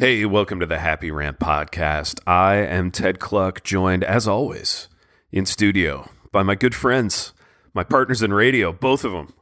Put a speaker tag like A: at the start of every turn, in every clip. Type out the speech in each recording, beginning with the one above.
A: Hey, welcome to the Happy Rant Podcast. I am Ted Cluck, joined as always in studio by my good friends, my partners in radio, both of them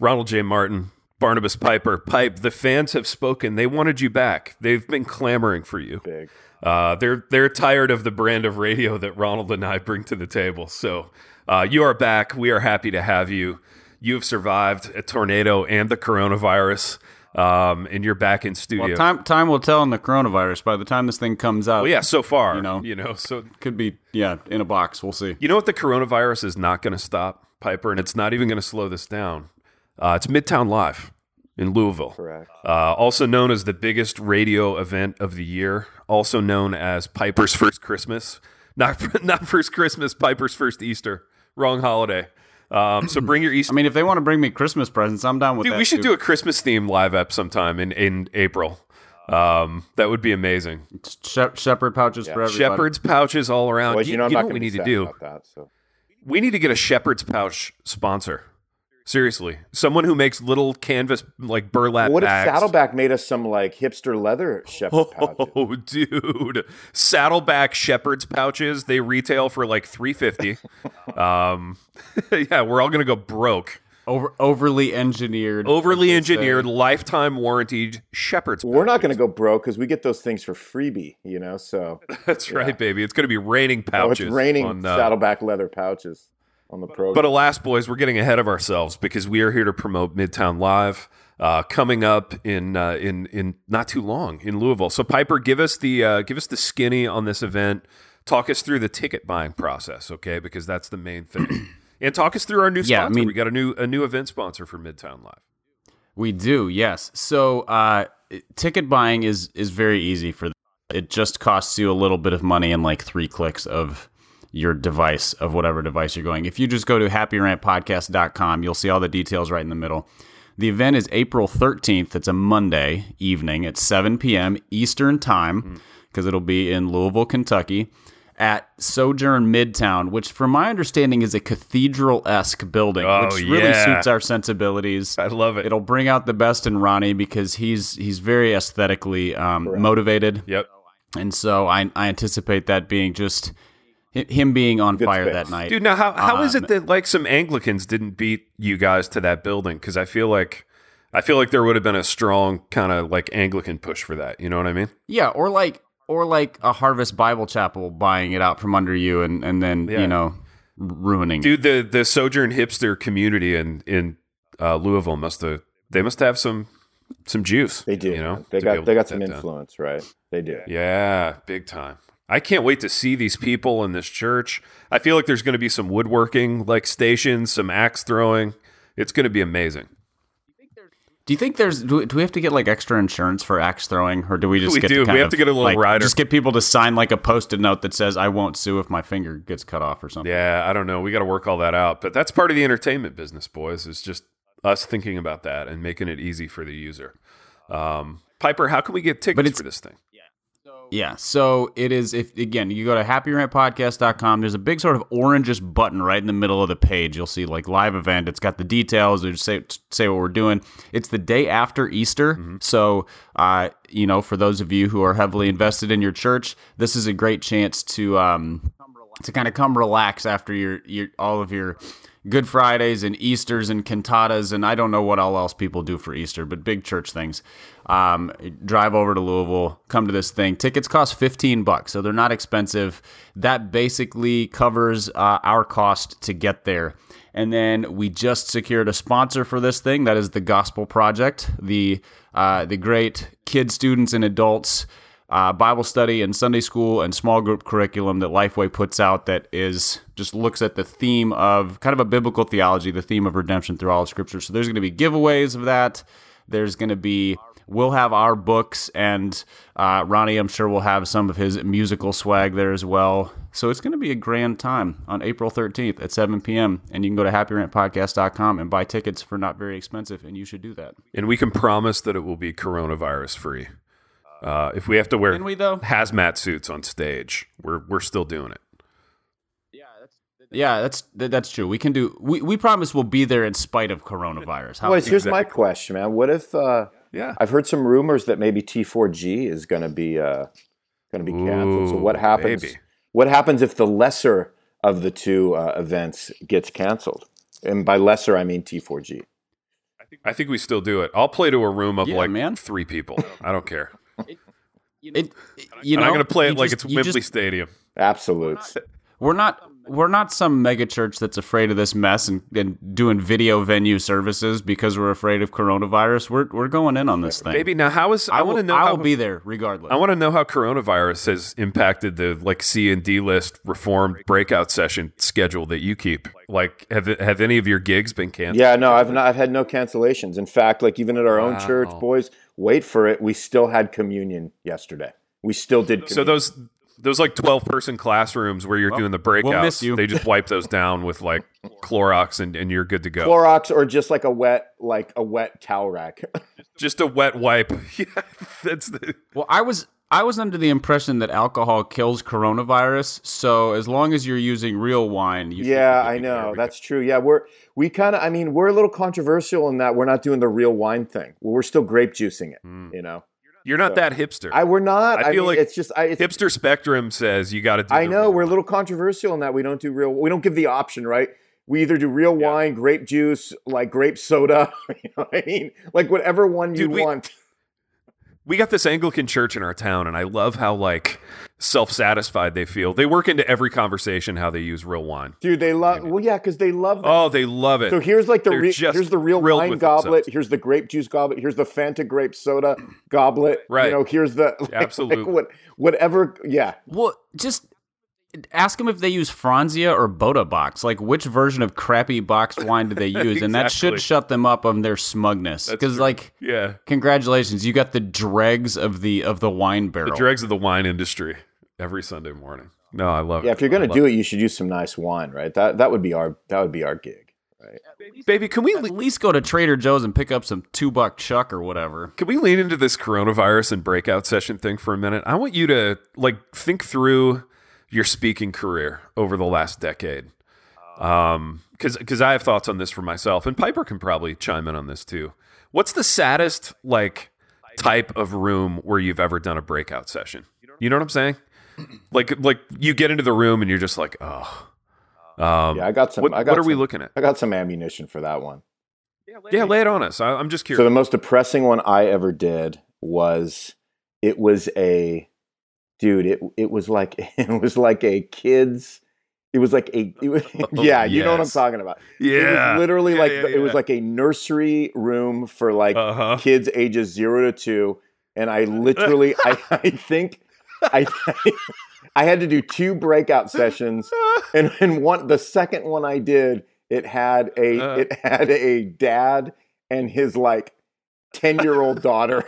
A: Ronald J. Martin, Barnabas Piper, Pipe. The fans have spoken. They wanted you back, they've been clamoring for you.
B: Big.
A: Uh, they're they're tired of the brand of radio that Ronald and I bring to the table. So uh, you are back. We are happy to have you. You have survived a tornado and the coronavirus, um, and you're back in studio.
C: Well, time time will tell on the coronavirus. By the time this thing comes out,
A: Well, yeah, so far, you know,
C: know.
A: you know. So
C: could be yeah in a box. We'll see.
A: you know what the coronavirus is not going to stop, Piper, and it's not even going to slow this down. Uh, it's Midtown Live in Louisville.
B: Correct.
A: uh, also known as the biggest radio event of the year, also known as Piper's First Christmas. Not not First Christmas, Piper's First Easter. Wrong holiday. Um, so bring your Easter.
C: I mean, if they want to bring me Christmas presents, I'm down with
A: Dude,
C: that.
A: we should do a Christmas theme live app sometime in in April. Um, that would be amazing.
C: Shep- shepherd pouches for everybody.
A: Shepherd's pouches all around.
B: Well,
A: you,
B: you know, I'm
A: you
B: not
A: know what
B: gonna
A: we
B: be
A: need to
B: sad
A: do?
B: about that. So
A: We need to get a shepherd's pouch sponsor. Seriously, someone who makes little canvas like burlap
B: what if
A: bags.
B: Saddleback made us some like hipster leather shepherd pouches?
A: Oh, dude! Saddleback shepherd's pouches. They retail for like three fifty. um, yeah, we're all gonna go broke.
C: Over, overly engineered.
A: Overly
C: as they say.
A: engineered, lifetime warranted shepherd's. pouch.
B: We're not going to go broke because we get those things for freebie, you know. So
A: That's right, baby. It's gonna be raining
B: oh, it's
A: pouches.
B: raining
A: on, uh,
B: Saddleback leather pouches on the program.
A: But alas, boys, we're getting ahead of ourselves because we are here to promote Midtown Live uh, coming up in uh, in in not too long in Louisville. So Piper, give us the uh, give us the skinny on this event. Talk us through the ticket buying process, okay? Because that's the main thing. and talk us through our new
C: Yeah, I
A: sponsor.
C: mean-
A: we got a new a new event sponsor for Midtown Live.
C: We do, yes. So uh, ticket buying is is very easy for. It just costs you a little bit of money and like three clicks of your device of whatever device you're going. If you just go to happyrantpodcast.com, you'll see all the details right in the middle. The event is April 13th. It's a Monday evening at 7 p.m. Eastern
A: Mm.
C: Time because it'll be in Louisville, Kentucky at Sojourn Midtown, which from my understanding is a cathedral-esque building,
A: Oh,
C: which really
A: yeah.
C: suits our sensibilities.
A: I love it.
C: It'll bring out the best in Ronnie because he's he's very aesthetically um, motivated,
A: Yep.
C: and so I, I anticipate that being just hi- him being on fire
B: space.
C: that night.
A: Dude, now how how is it that like some Anglicans didn't beat you guys to that building? Because I feel like I feel like there would have been a strong kind of like Anglican push for that. You know what I mean?
C: Yeah, or like or like a Harvest Bible Chapel buying it out from under you and and then
A: Yeah.
C: you know ruining. it.
A: dude the the sojourn hipster community in in uh, louisville must have they must have some some juice
B: they do.
A: you know
B: they
A: to be able
B: got they
A: to
B: got
A: get
B: some
A: that done.
B: influence, right? They do.
A: yeah big time i can't wait to see these people in this church i feel like there's going to be some woodworking like stations some axe throwing it's going to be amazing
C: Do you think there's do, do we have to get like extra insurance for axe throwing, or do we just
A: We
C: get
A: do.
C: To
A: We
C: kind
A: have
C: of,
A: to get a little
C: like,
A: rider.
C: Just get people to sign like a post-it note that says "I won't sue if my finger gets cut off" or something.
A: yeah i don't know we got to work all that out but that's part of the entertainment business boys it's just us thinking about that and making it easy for the user um, piper how can we get tickets
C: it's-
A: for this thing
C: Yeah. So it is if again you go to happyrantpodcast.com, there's a big sort of orangish button right in the middle of the page. You'll see like live event. It's got the details. It say say what we're doing. It's the day after Easter. So uh, you know, for those of you who are heavily invested in your church, this is a great chance to um to kind of come relax after your your all of your Good Fridays and Easters and cantatas and I don't know what all else people do for Easter, but big church things. Um, drive over to Louisville, come to this thing. Tickets cost fifteen bucks, so they're not expensive. That basically covers uh, our cost to get there. And then we just secured a sponsor for this thing. That is the Gospel Project, the uh, the great kid students and adults uh, Bible study and Sunday school and small group curriculum that Lifeway puts out that is just looks at the theme of kind of a biblical theology, the theme of redemption through all of Scripture. So there's going to be giveaways of that. There's going to be we'll have our books and uh, Ronnie, I'm sure, will have some of his musical swag there as well. So it's going to be a grand time on April 13th at 7 p.m. And you can go to happyrantpodcast.com and buy tickets for not very expensive, and you should do that.
A: and we can promise that it will be coronavirus free. Uh, if we have to wear
C: Can we though?
A: hazmat suits on stage, we're we're still doing it.
C: Yeah, that's that, that's true. We can do. We, we promise we'll be there in spite of coronavirus. How
B: Boys, here's my question, man. What if uh,
A: Yeah.
B: I've heard some rumors that maybe T4G is going to be uh, going to be canceled. So
A: Ooh,
B: what happens?
A: baby.
B: What happens if the lesser of the two uh, events gets canceled? And by lesser, I mean T4G.
A: I think we still do it. I'll play to a room of
C: Yeah,
A: like
C: man.
A: three people. I don't care.
C: It, you
A: and
C: know,
A: I'm going to play it
C: you
A: like
C: just-
A: it's
C: you
A: Wembley
C: just
A: Stadium.
B: Absolutes.
C: We're not we're not some mega church that's afraid of this mess and, and doing video venue services because we're afraid of coronavirus. We're we're going in on this thing.
A: Baby, now how is I,
C: I,
A: want to know
C: I
A: how
C: will be there regardless.
A: I want to know how coronavirus has impacted the like C and D list reformed breakout session schedule that you keep. Like, have have any of your gigs been canceled?
B: Yeah, no, I've not, I've had no cancellations. In fact, like even at our own church, boys, wait for it. We still had communion yesterday. We still did. Communion.
A: So those those like twelve person classrooms where you're doing the breakouts,
C: we'll miss you.
A: they just wipe those down with like Clorox, and, and you're good to go.
B: Clorox or just like a wet, like a wet towel rack.
A: just a wet wipe. yeah, that's the.
C: Well, I was I was under the impression that alcohol kills coronavirus. So as long as you're using real wine, you should
B: yeah,
C: be
B: I
C: good to
B: know
C: go.
B: that's true. Yeah, we're we kind of. I mean, we're a little controversial in that we're not doing the real wine thing. We're still grape juicing it. You know,
A: You're not that hipster.
B: I we're not.
A: I
B: I,
A: feel
B: mean,
A: like
B: it's just I. It's,
A: hipster spectrum says you got to.
B: I know we're a little controversial in that we don't do real. We don't give the option, right? We either do real wine, grape juice, like grape soda. you know what I mean, like whatever one you
A: Dude, we-
B: want.
A: we got this Anglican church in our town, and I love how like self-satisfied they feel. They work into every conversation how they use real wine.
B: Dude, they love. Well, yeah, because they love. That.
A: Oh, they love it.
B: so here's like the
A: they're
B: re-
A: just
B: here's the real
A: thrilled
B: wine
A: with
B: goblet.
A: themselves.
B: Here's the grape juice goblet. Here's the Fanta grape soda goblet.
A: Right.
B: You know, here's the like- like
A: Absolutely.
B: what whatever. Yeah.
C: Well, just ask them if they use Franzia or Boda box. Like, which version of crappy boxed wine do they use? And that
A: Exactly.
C: should shut them up on their smugness.
A: That's
C: Because,
A: true.
C: like,
A: yeah,
C: congratulations, you got the dregs of the of the wine barrel.
A: the dregs of the wine industry every Sunday morning. No, I love
B: Yeah.
A: it.
B: If you're
A: I
B: gonna
A: love
B: do it, you should use some nice wine, right? That that would be our that would be our gig.
A: it. baby, can we
C: At least go to Trader Joe's and pick up some two buck chuck or whatever.
A: Can we lean into this coronavirus and breakout session thing for a minute? I want you to like think through your speaking career over the last decade. Um, cause, cause I have thoughts on this for myself and Piper can probably chime in on this too. What's the saddest like type of room where you've ever done a breakout session? You know what I'm saying? Like, like you get into the room and you're just like, Oh, um,
B: Yeah, I got some.
A: what,
B: I got
A: what are we
B: some-
A: looking at?
B: I got some ammunition for that one.
A: Yeah. Lay it on us. I, I'm just
B: So
A: curious.
B: the most depressing one I ever did was it was a dude. It it was like it was like a kids. It was like a it was, yeah. You know what I'm
A: Oh, Yes.
B: talking about. It
A: yeah.
B: was literally
A: Yeah,
B: like
A: yeah,
B: the- it was
A: yeah.
B: like a nursery room for like
A: Uh huh.
B: kids ages zero to two, and I literally I, I think I. I had to do two breakout sessions,
A: Uh-huh.
B: and, and one the second one I did, it had a
A: Uh.
B: it had a dad and his like ten year old daughter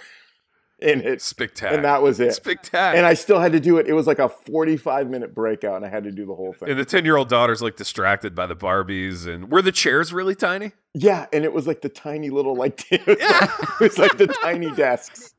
B: in it,
A: Spectacular.
B: and that was it.
A: Spectacular.
B: And I still had to do it. It was like a forty five minute breakout, and I had to do the whole thing.
A: And the 10 year old daughter's like distracted by the Barbies. And were the chairs really tiny?
B: yeah, and it was like the tiny little like it was like the tiny desks.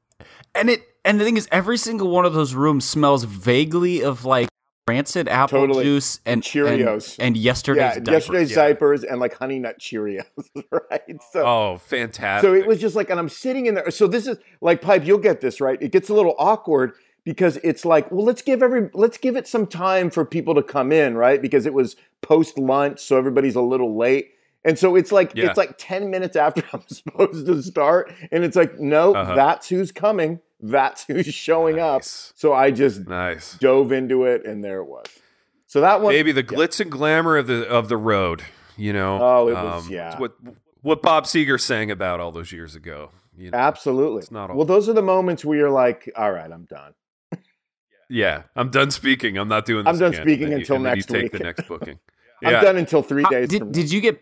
C: And it and the thing is, every single one of those rooms smells vaguely of like rancid apple
B: Totally.
C: juice and
B: Cheerios.
C: and, and yesterday's
B: Yeah,
C: diaper.
B: yesterday's
A: yeah.
B: diapers and like honey nut Cheerios, right? So
A: Oh, fantastic.
B: So it was just like, and I'm sitting in there. So this is like, pipe. You'll get this right. It gets a little awkward because it's like, well, let's give every, let's give it some time for people to come in, right? Because it was post lunch, so everybody's a little late, and so it's like,
A: Yeah.
B: it's like ten minutes after I'm supposed to start, and it's like, no,
A: Uh-huh.
B: that's who's coming, that's who's showing up.
A: Nice.
B: So I just
A: nice.
B: dove into it, and there it was. So that one,
A: Maybe the glitz and glamour of the of the road, you know. Um,
B: Oh, it was- yeah.
A: it's What what Bob Seger sang about all those years ago. You know?
B: absolutely.
A: It's not all-
B: well, those are the moments where you're like, all right, I'm done.
A: Yeah. I'm done speaking. I'm not doing this
B: I'm done
A: again.
B: speaking
A: And then you-
B: until
A: and then
B: next
A: you take
B: week.
A: the next booking.
B: I'm done until three
C: How-
B: days.
C: did,
B: from
C: did you get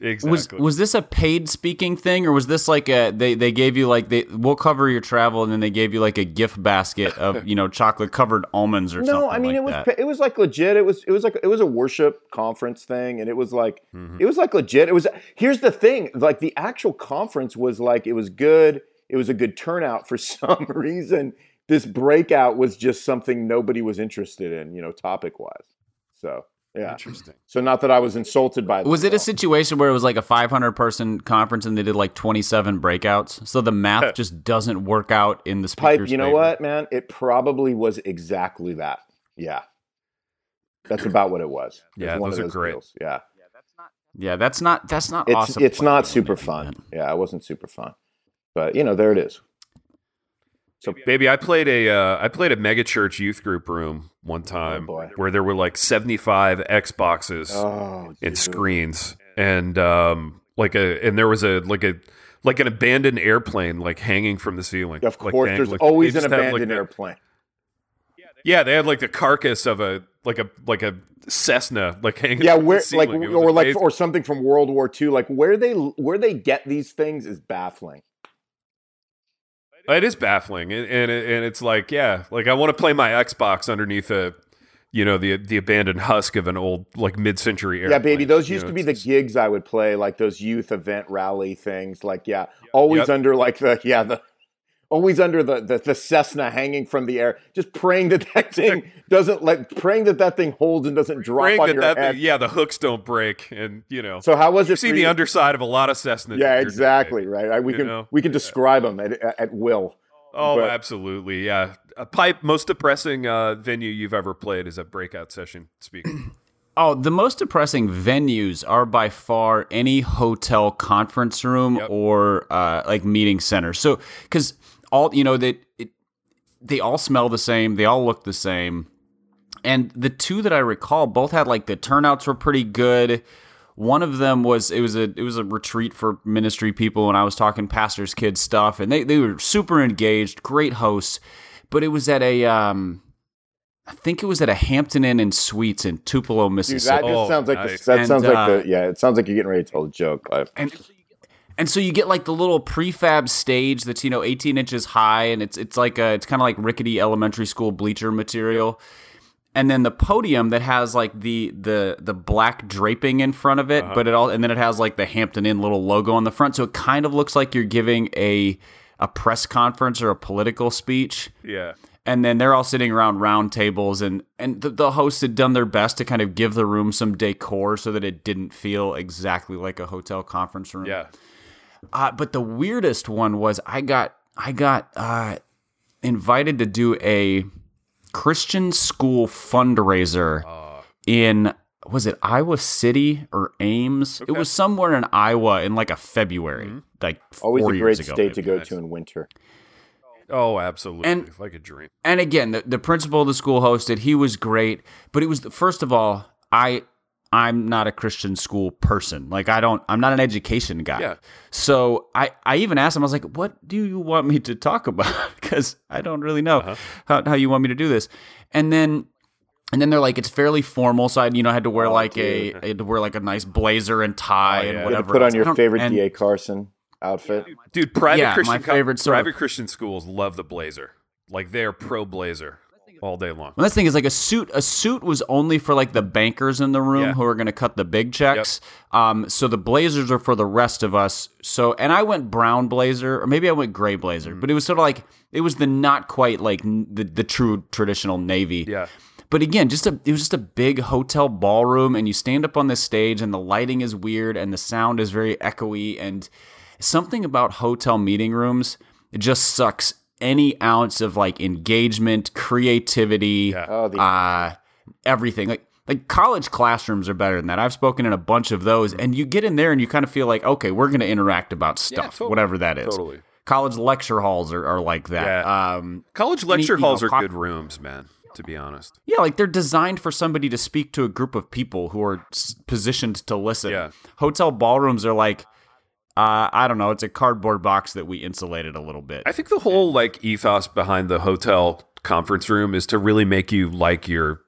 A: Exactly.
C: was was this a paid speaking thing or was this like a they they gave you like they we'll cover your travel and then they gave you like a gift basket of you know chocolate covered almonds or something
B: no i mean
C: like
B: it was
C: that.
B: it was like legit it was it was like it was a worship conference thing and it was like
A: Mm-hmm.
C: Hmm.
B: it was like legit it was here's the thing like the actual conference was like it was good it was a good turnout for some reason this breakout was just something nobody was interested in you know topic wise so Yeah.
A: Interesting.
B: So not that I was insulted by that.
C: Was it a
B: though.
C: situation where it was like a 500 person conference and they did like 27 breakouts? So the math just doesn't work out in the
B: pipe?
C: speaker's
B: You know
C: favor.
B: what, man? It probably was exactly that. Yeah. That's about what it was. It was
A: Yeah,
B: one
A: those
B: of
A: are great.
B: deals. Yeah.
C: Yeah, that's not that's not
B: It's
C: awesome.
B: it's not
C: Playing
B: super
C: when they do
B: fun.
C: that.
B: Yeah, it wasn't super fun. But you know, there it is.
A: Baby, I played a uh, I played a megachurch youth group room one time
B: Oh, boy.
A: where there were like 75 Xboxes
B: Oh,
A: and
B: dude.
A: screens and um like a and there was a like a like an abandoned airplane like hanging from the ceiling.
B: Of
A: Like,
B: course,
A: dang-
B: there's
A: like, they
B: always an
A: just have, like,
B: abandoned
A: the-
B: airplane.
A: Yeah, they had like the carcass of a like a like a Cessna like hanging.
B: Yeah,
A: from the
B: where like
A: ceiling. It was
B: or like
A: amazing.
B: or something from World War II. Like where they where they get these things is baffling.
A: It is baffling, and and, it, and it's like, yeah, like I want to play my Xbox underneath a, you know, the the abandoned husk of an old like mid-century airplane.
B: Yeah, baby, those
A: You
B: used
A: know,
B: to be the
A: it's-
B: gigs I would play, like those youth event rally things. Like yeah, always
A: Yep.
B: under like the yeah the. Always under the, the, the Cessna hanging from the air, just praying that that thing doesn't like praying that that thing holds and doesn't drop
A: praying
B: on
A: that
B: your
A: that
B: head.
A: thing, yeah, the hooks don't break, and you know,
B: So how was it?
A: you've seen
B: for
A: the
B: you?
A: underside of a lot of Cessnas.
B: Yeah,
A: if you're-
B: exactly. Right. I- We
A: You
B: can
A: know?
B: we can describe them at, at will.
A: Oh,
B: But-
A: absolutely. Yeah, a pipe. Most depressing uh, venue you've ever played is a breakout session. Speaking.
C: Oh, the most depressing venues are by far any hotel conference room
A: Yep.
C: or uh, like meeting center. So, because all you know that it, they all smell the same, they all look the same, and the two that I recall both had like the turnouts were pretty good. One of them was it was a it was a retreat for ministry people, and I was talking pastors' kids stuff, and they they were super engaged, great hosts, but it was at a um. I think it was at a Hampton Inn and Suites in Tupelo,
B: Dude,
C: Mississippi.
B: that just
A: Oh,
B: sounds like
A: nice.
B: the, that
C: And,
B: sounds
C: uh,
B: like the yeah. It sounds like you're getting ready to tell a joke. I-
C: and and so you get like the little prefab stage that's you know 18 inches high and it's it's like a, it's kind of like rickety elementary school bleacher material and then the podium that has like the the the black draping in front of it but it all and then it has like the hampton inn little logo on the front so it kind of looks like you're giving a a press conference or a political speech
A: yeah.
C: and then they're all sitting around round tables and and the, the hosts had done their best to kind of give the room some decor so that it didn't feel exactly like a hotel conference room
A: Yeah.
C: uh, but the weirdest one was I got I got uh, invited to do a Christian school fundraiser in was it Iowa City or Ames? It was somewhere in Iowa in like a February, like
B: always
C: four
B: a great
C: years ago.
B: state to go to in winter.
A: Oh, absolutely.
C: And-
A: like a dream.
C: and again, the, the principal of the school hosted. He was great, but it was the, first of all, I I'm not a Christian school person. Like I don't, I'm not an education guy.
A: Yeah.
C: So I I even asked him. I was like, "What do you want me to talk about?" Because I don't really know
B: Uh-huh.
C: how how you want me to do this. And then and then they're like, "It's fairly formal." So I you know I had to wear
B: Oh,
C: like a I had to wear like a nice blazer and tie
A: Oh,
C: and
A: yeah.
B: You had
C: whatever.
B: to put
C: else.
B: on
C: I
B: your
C: don't-
B: favorite
C: and-
B: Da Carson outfit.
A: Dude, private
C: Yeah, my
A: Christian co-
C: favorite sort of-
A: private Christian schools love the blazer. Like they're pro blazer all day long.
C: Well, that's the thing is like a suit. A suit was only for like the bankers in the room
A: Yeah.
C: who are going to cut the big checks. Um, so the blazers are for the rest of us. So and I went brown blazer, or maybe I went gray blazer,
A: Mm-hmm.
C: but it was sort of like it was the not quite like n- the the true traditional navy.
A: Yeah.
C: But again, just a it was just a big hotel ballroom, and you stand up on this stage, and the lighting is weird, and the sound is very echoey, and something about hotel meeting rooms it just sucks any ounce of like engagement, creativity,
B: Oh, the,
C: uh, everything. Like like college classrooms are better than that. I've spoken in a bunch of those,
A: Mm-hmm.
C: and you get in there and you kind of feel like, okay, we're going to interact about stuff,
A: totally.
C: whatever that is.
A: Totally.
C: College lecture halls are, are like that.
A: Yeah.
C: Um,
A: College lecture
C: you know,
A: halls are
C: pop-
A: good rooms, man, to be honest.
C: yeah, like they're designed for somebody to speak to a group of people who are s- positioned to listen.
A: Yeah.
C: Hotel ballrooms are like, uh, I don't know, it's a cardboard box that we insulated a little bit.
A: I think the whole like ethos behind the hotel conference room is to really make you like your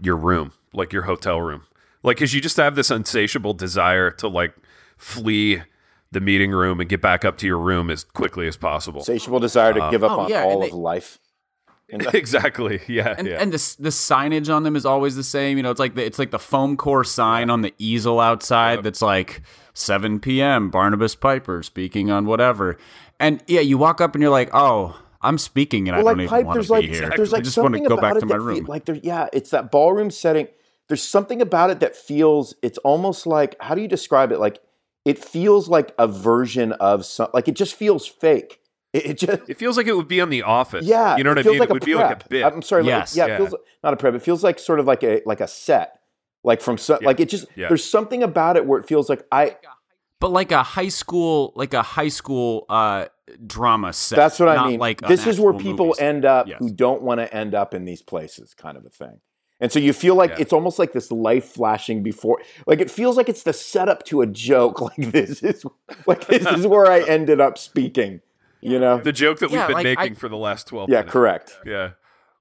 A: your room, like your hotel room. Like cuz you just have this insatiable desire to like flee the meeting room and get back up to your room as quickly as possible.
B: insatiable desire to give up
C: oh,
B: on
C: yeah,
B: all
C: and
B: of
C: they-
B: life.
A: exactly. Yeah,
C: and,
A: yeah.
C: and the s- the signage on them is always the same. You know, it's like the it's like the foam core sign on the easel outside that's like 7 p.m. Barnabas Piper speaking on whatever, and yeah, you walk up and you're like, oh, I'm speaking and I
B: Well,
C: don't
B: like
C: even
B: pipe,
C: want to
B: there's
C: be
B: like
C: here.
B: there's like
C: I just want
B: something
C: to go
B: about
C: back
B: it
C: to my
B: that fe-
C: room.
B: like there, yeah, it's that ballroom setting. there's something about it that feels it's almost like how do you describe it? Like it feels like a version of some like it just feels fake. It, it just
A: It feels like it would be on The Office.
B: yeah,
A: You know what I
B: feels
A: mean?
B: like
A: it would be like a
B: prep.
A: bit.
B: I'm sorry. like-
C: Yes,
B: yeah,
A: yeah.
B: It feels not a prep. It feels like sort of like a like a set, like from some,
A: Yeah,
B: like it just
A: yeah.
B: there's something about it where it feels like I.
C: but like a high school, like a high school uh, drama set.
B: That's what I
C: not
B: mean.
C: Like an
B: this is where
C: actual
B: people
C: movie set.
B: end up
C: Yes.
B: who don't want to end up in these places, kind of a thing. And so you feel like
A: Yeah.
B: it's almost like this life flashing before, like it feels like it's the setup to a joke. Like this is like this is where I ended up speaking. You know?
A: the joke that we've
C: Yeah,
A: been
C: like,
A: making
C: I-
A: for the last 12
B: Yeah,
A: minutes.
B: correct.
A: Yeah.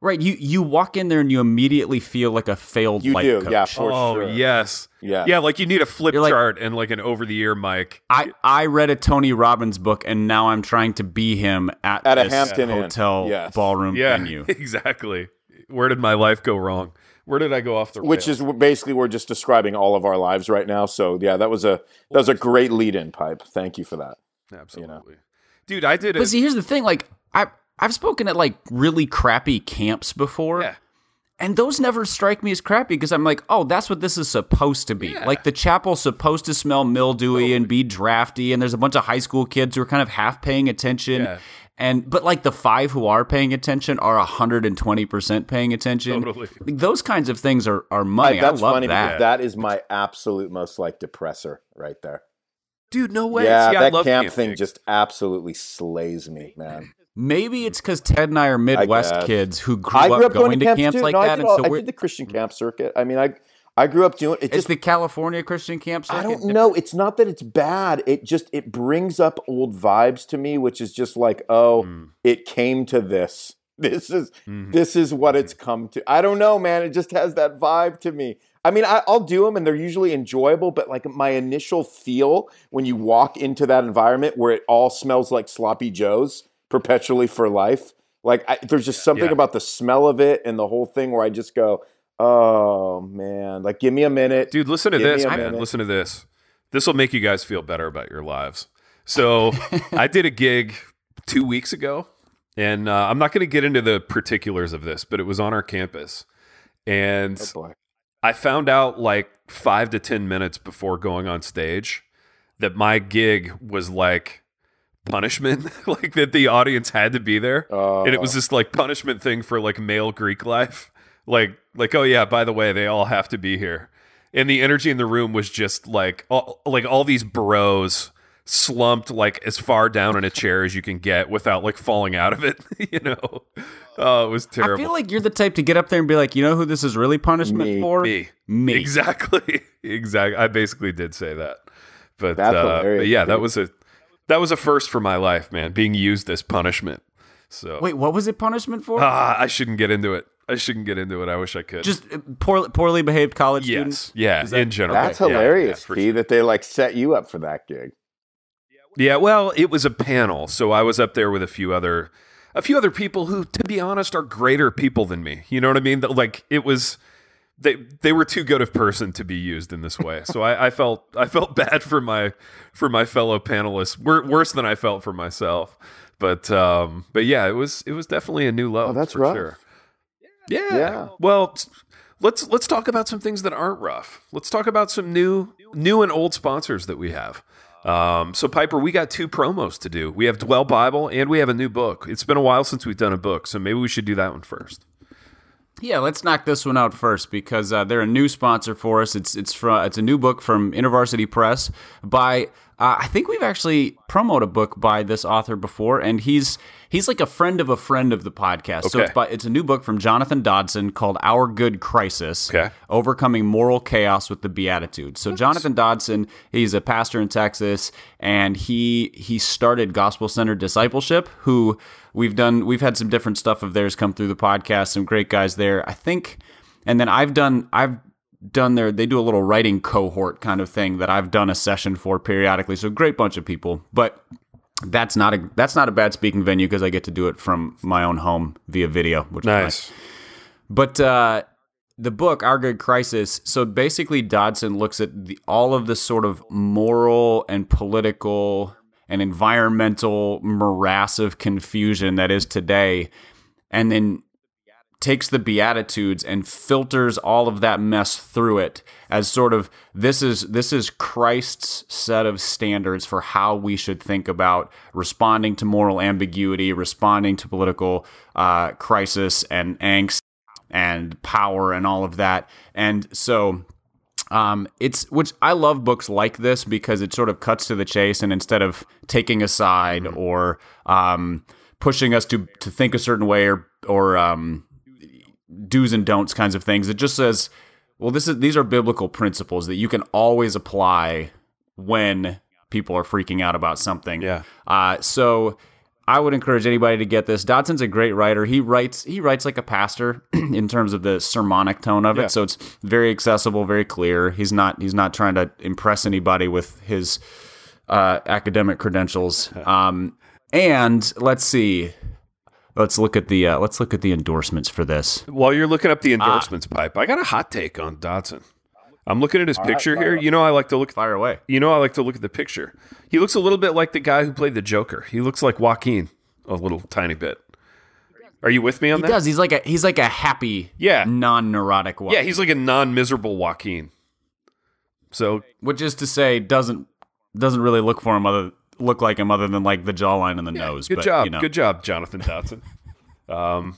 C: Right. You you walk in there and you immediately feel like a failed
B: You
C: life
B: do,
C: coach.
B: yeah, for
A: oh,
B: sure.
A: yes.
B: Yeah.
A: Yeah, like you need a flip
C: You're like-
A: chart and like an over the ear mic.
C: I, I read a Tony Robbins book and now I'm trying to be him at,
B: At a
C: this
B: Hampton Inn.
C: hotel
B: Yes.
C: ballroom
A: Yeah,
C: venue.
A: exactly. Where did my life go wrong? Where did I go off the
B: Which
A: rails?
B: is basically we're just describing all of our lives right now. So yeah, that was a that was a great lead in pipe. Thank you for that.
A: absolutely, dude. I did it.
C: But see, here's the thing: like I I've spoken at like really crappy camps before,
A: Yeah.
C: and those never strike me as crappy because I'm like, oh, that's what this is supposed to be. Like the chapel's supposed to smell mildewy and be drafty, and there's a bunch of high school kids who are kind of half paying attention.
A: Yeah.
C: And but like the five who are paying attention are hundred and twenty percent paying attention.
A: Totally.
C: Like, those kinds of things are are money.
B: that's
C: I love
B: funny
C: that.
B: because that is my absolute most like depressor right there.
A: dude, no way.
B: Yeah,
A: See, I
B: that
A: love
B: camp thing
A: gigs.
B: just absolutely slays me, man.
C: Maybe it's because Ted and I are Midwest
B: guess.
C: kids who grew,
B: I grew
C: up going, to camps,
B: too.
C: like
B: no, I
C: that,
B: did,
C: and
B: all,
C: so
B: I
C: we're, Mm-hmm.
B: did the Christian camp circuit. I mean, I I grew up doing it.
C: it's
B: Just
C: the California Christian camp.
B: I
C: circuit.
B: don't know. It's not that it's bad. It just it brings up old vibes to me, which is just like, oh,
C: Mm.
A: Mm-hmm.
B: it came to this. This is
A: Mhm.
B: this is what it's come to. I don't know, man. It just has that vibe to me. I mean, I, I'll do them, and they're usually enjoyable. But like my initial feel when you walk into that environment where it all smells like sloppy joes perpetually for life, like I, there's just something
A: Yeah.
B: about the smell of it and the whole thing where I just go, oh man, like give me a minute.
A: Dude, listen to
B: Give me
A: this,
B: a
A: man.
B: minute.
A: Listen to this. This will make you guys feel better about your lives. So, I did a gig two weeks ago, and uh, I'm not going to get into the particulars of this, but it was on our campus, and
B: Oh, boy.
A: I found out like five to 10 minutes before going on stage that my gig was like punishment, like that the audience had to be there.
B: Oh.
A: and it was this like punishment thing for like male Greek life. Like, like, oh yeah, by the way, they all have to be here. And the energy in the room was just like, all, like all these bros slumped like as far down in a chair as you can get without like falling out of it. you know, oh, it was
C: I
A: terrible.
C: feel like you're the type to get up there and be like, you know who this is really punishment
B: Me.
C: for?
A: Me.
C: Me.
A: Exactly. Exactly. I basically did say that. But,
B: That's
A: uh,
B: hilarious,
A: but yeah, that
B: dude.
A: was a that was a first for my life, man, being used as punishment. So
C: Wait, what was it punishment for?
A: ah, I shouldn't get into it. I shouldn't get into it. I wish I could.
C: Just uh, poorly, poorly behaved college
A: yes.
C: students.
A: Yeah,
C: Is that-
A: in general.
B: That's
A: Yeah, yeah,
B: hilarious,
A: for
B: P, that they like set you up for that gig.
A: Yeah, well, it was a panel, so I was up there with a few other a few other people who to be honest are greater people than me. You know what I mean? That, Like it was they they were too good of person to be used in this way. So I, I felt I felt bad for my for my fellow panelists. Wor- worse than I felt for myself. But um but yeah, it was it was definitely a new low.
B: Oh, that's
A: for
B: rough.
A: sure. Yeah.
B: Yeah.
A: Well, s- let's let's talk about some things that aren't rough. Let's talk about some new new and old sponsors that we have. Um, so Piper, we got two promos to do. We have Dwell Bible and we have a new book. It's been a while since we've done a book, so maybe we should do that one first.
C: Yeah, let's knock this one out first because uh, they're a new sponsor for us. It's it's from it's a new book from InterVarsity Press by uh, I think we've actually promoted a book by this author before, and he's he's like a friend of a friend of the podcast. So
A: Okay.
C: it's by it's a new book from Jonathan Dodson called Our Good Crisis:
A: Okay.
C: Overcoming Moral Chaos with the Beatitudes. So Jonathan Dodson, he's a pastor in Texas, and he he started Gospel Centered Discipleship, who we've done we've had some different stuff of theirs come through the podcast. Some great guys there, I think. And then I've done I've done their they do a little writing cohort kind of thing that I've done a session for periodically. So great bunch of people, but. That's not a that's not a bad speaking venue because I get to do it from my own home via video, which is nice. But uh, the book, Our Good Crisis, so basically Dodson looks at the, all of the sort of moral and political and environmental morass of confusion that is today, and then takes the beatitudes and filters all of that mess through it as sort of this is this is Christ's set of standards for how we should think about responding to moral ambiguity, responding to political uh, crisis and angst and power and all of that. And so um, it's which I love books like this because it sort of cuts to the chase, and instead of taking a side or um, pushing us to to think a certain way or or um, do's and don'ts kinds of things, it just says, "Well, this is these are biblical principles that you can always apply when people are freaking out about something."
A: Yeah.
C: Uh, so I would encourage anybody to get this. Dodson's a great writer. He writes he writes like a pastor in terms of the sermonic tone of
A: Yeah.
C: it. So it's very accessible, very clear. He's not he's not trying to impress anybody with his uh, academic credentials. Um, and let's see. Let's look at the uh, let's look at the endorsements for this.
A: While you're looking up the endorsements pipe, I got a hot take on Dodson. I'm looking at his picture here. You know, I like to look.
C: Fire away.
A: You know, I like to look at the picture. He looks a little bit like the guy who played the Joker. He looks like Joaquin a little tiny bit. Are you with me on
C: He
A: that?
C: does. He's like a he's like a happy,
A: Yeah.
C: non neurotic one.
A: Yeah, he's like a non-miserable Joaquin. So
C: which is to say doesn't doesn't really look for him other look like him other than like the jawline and the nose.
A: good
C: but,
A: job,
C: You know.
A: good job, Jonathan Dodson.
C: All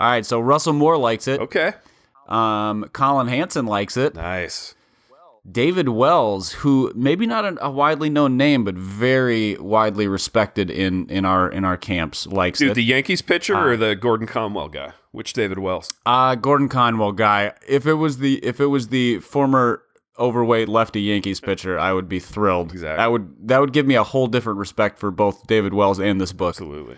C: right, so Russell Moore likes it.
A: Okay,
C: Um, Colin Hanson likes it.
A: nice.
C: David Wells, who maybe not an, a widely known name, but very widely respected in in our in our camps, likes
A: Dude,
C: it.
A: the Yankees pitcher
C: Ah.
A: or the Gordon Conwell guy? Which David Wells?
C: uh, Gordon Conwell guy. If it was the if it was the former overweight lefty Yankees pitcher, I would be thrilled.
A: Exactly.
C: I would that would give me a whole different respect for both David Wells and this book.
A: Absolutely.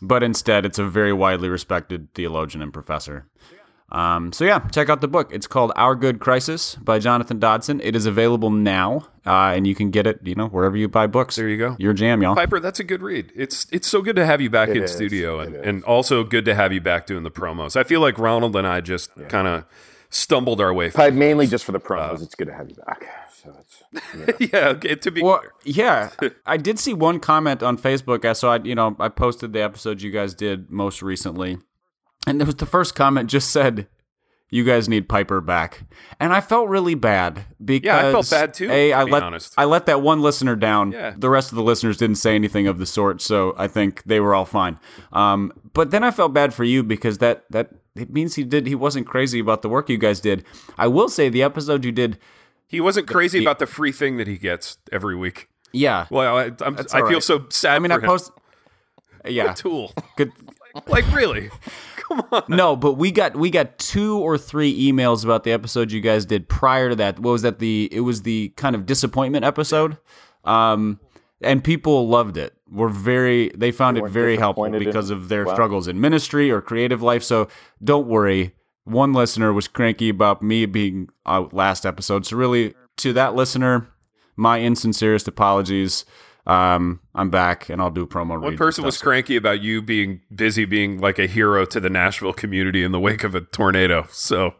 C: but instead it's a very widely respected theologian and professor. Um, so yeah, check out the book. It's called Our Good Crisis by Jonathan Dodson. It is available now, uh, and you can get it, you know, wherever you buy books.
A: There you go.
C: Your jam, y'all.
A: Piper, that's a good read. It's it's so good to have you back in
B: is.
A: studio, and,
B: It is.
A: and also good to have you back doing the promos. I feel like Ronald and I just kind of stumbled our way. Through.
B: Pipe mainly just for the promos.
A: uh,
B: it's good to have you back. So it's
A: yeah, okay, to be
C: Well,
A: clear.
C: yeah, I did see one comment on Facebook. I saw, I, you know, I posted the episode you guys did most recently, and it was the first comment just said, "You guys need Piper back," and I felt really bad because
A: Yeah, I felt bad too,
C: A,
A: to
C: I
A: be
C: let
A: honest.
C: I let that one listener down.
A: Yeah.
C: The rest of the listeners didn't say anything of the sort, so I think they were all fine. Um, but then I felt bad for you because that that it means he did he wasn't crazy about the work you guys did. I will say the episode you did.
A: he wasn't crazy about the free thing that he gets every week.
C: Yeah.
A: Well, I, I'm, I
C: all
A: feel
C: right.
A: so sad.
C: I mean, I post. Yeah.
A: tool.
C: Good.
A: like really?
C: No, but we got we got two or three emails about the episode you guys did prior to that. What was that? The it was the kind of disappointment episode, um, and people loved it. Were very they found it very helpful
B: disappointed in-
C: because of their struggles in ministry or creative life. So don't worry. One listener was cranky about me being out last episode. So really, to that listener, my insincerest apologies. Um, I'm back and I'll do promo.
A: One person was cranky about you being busy being like a hero to the Nashville community in the wake of a tornado. So,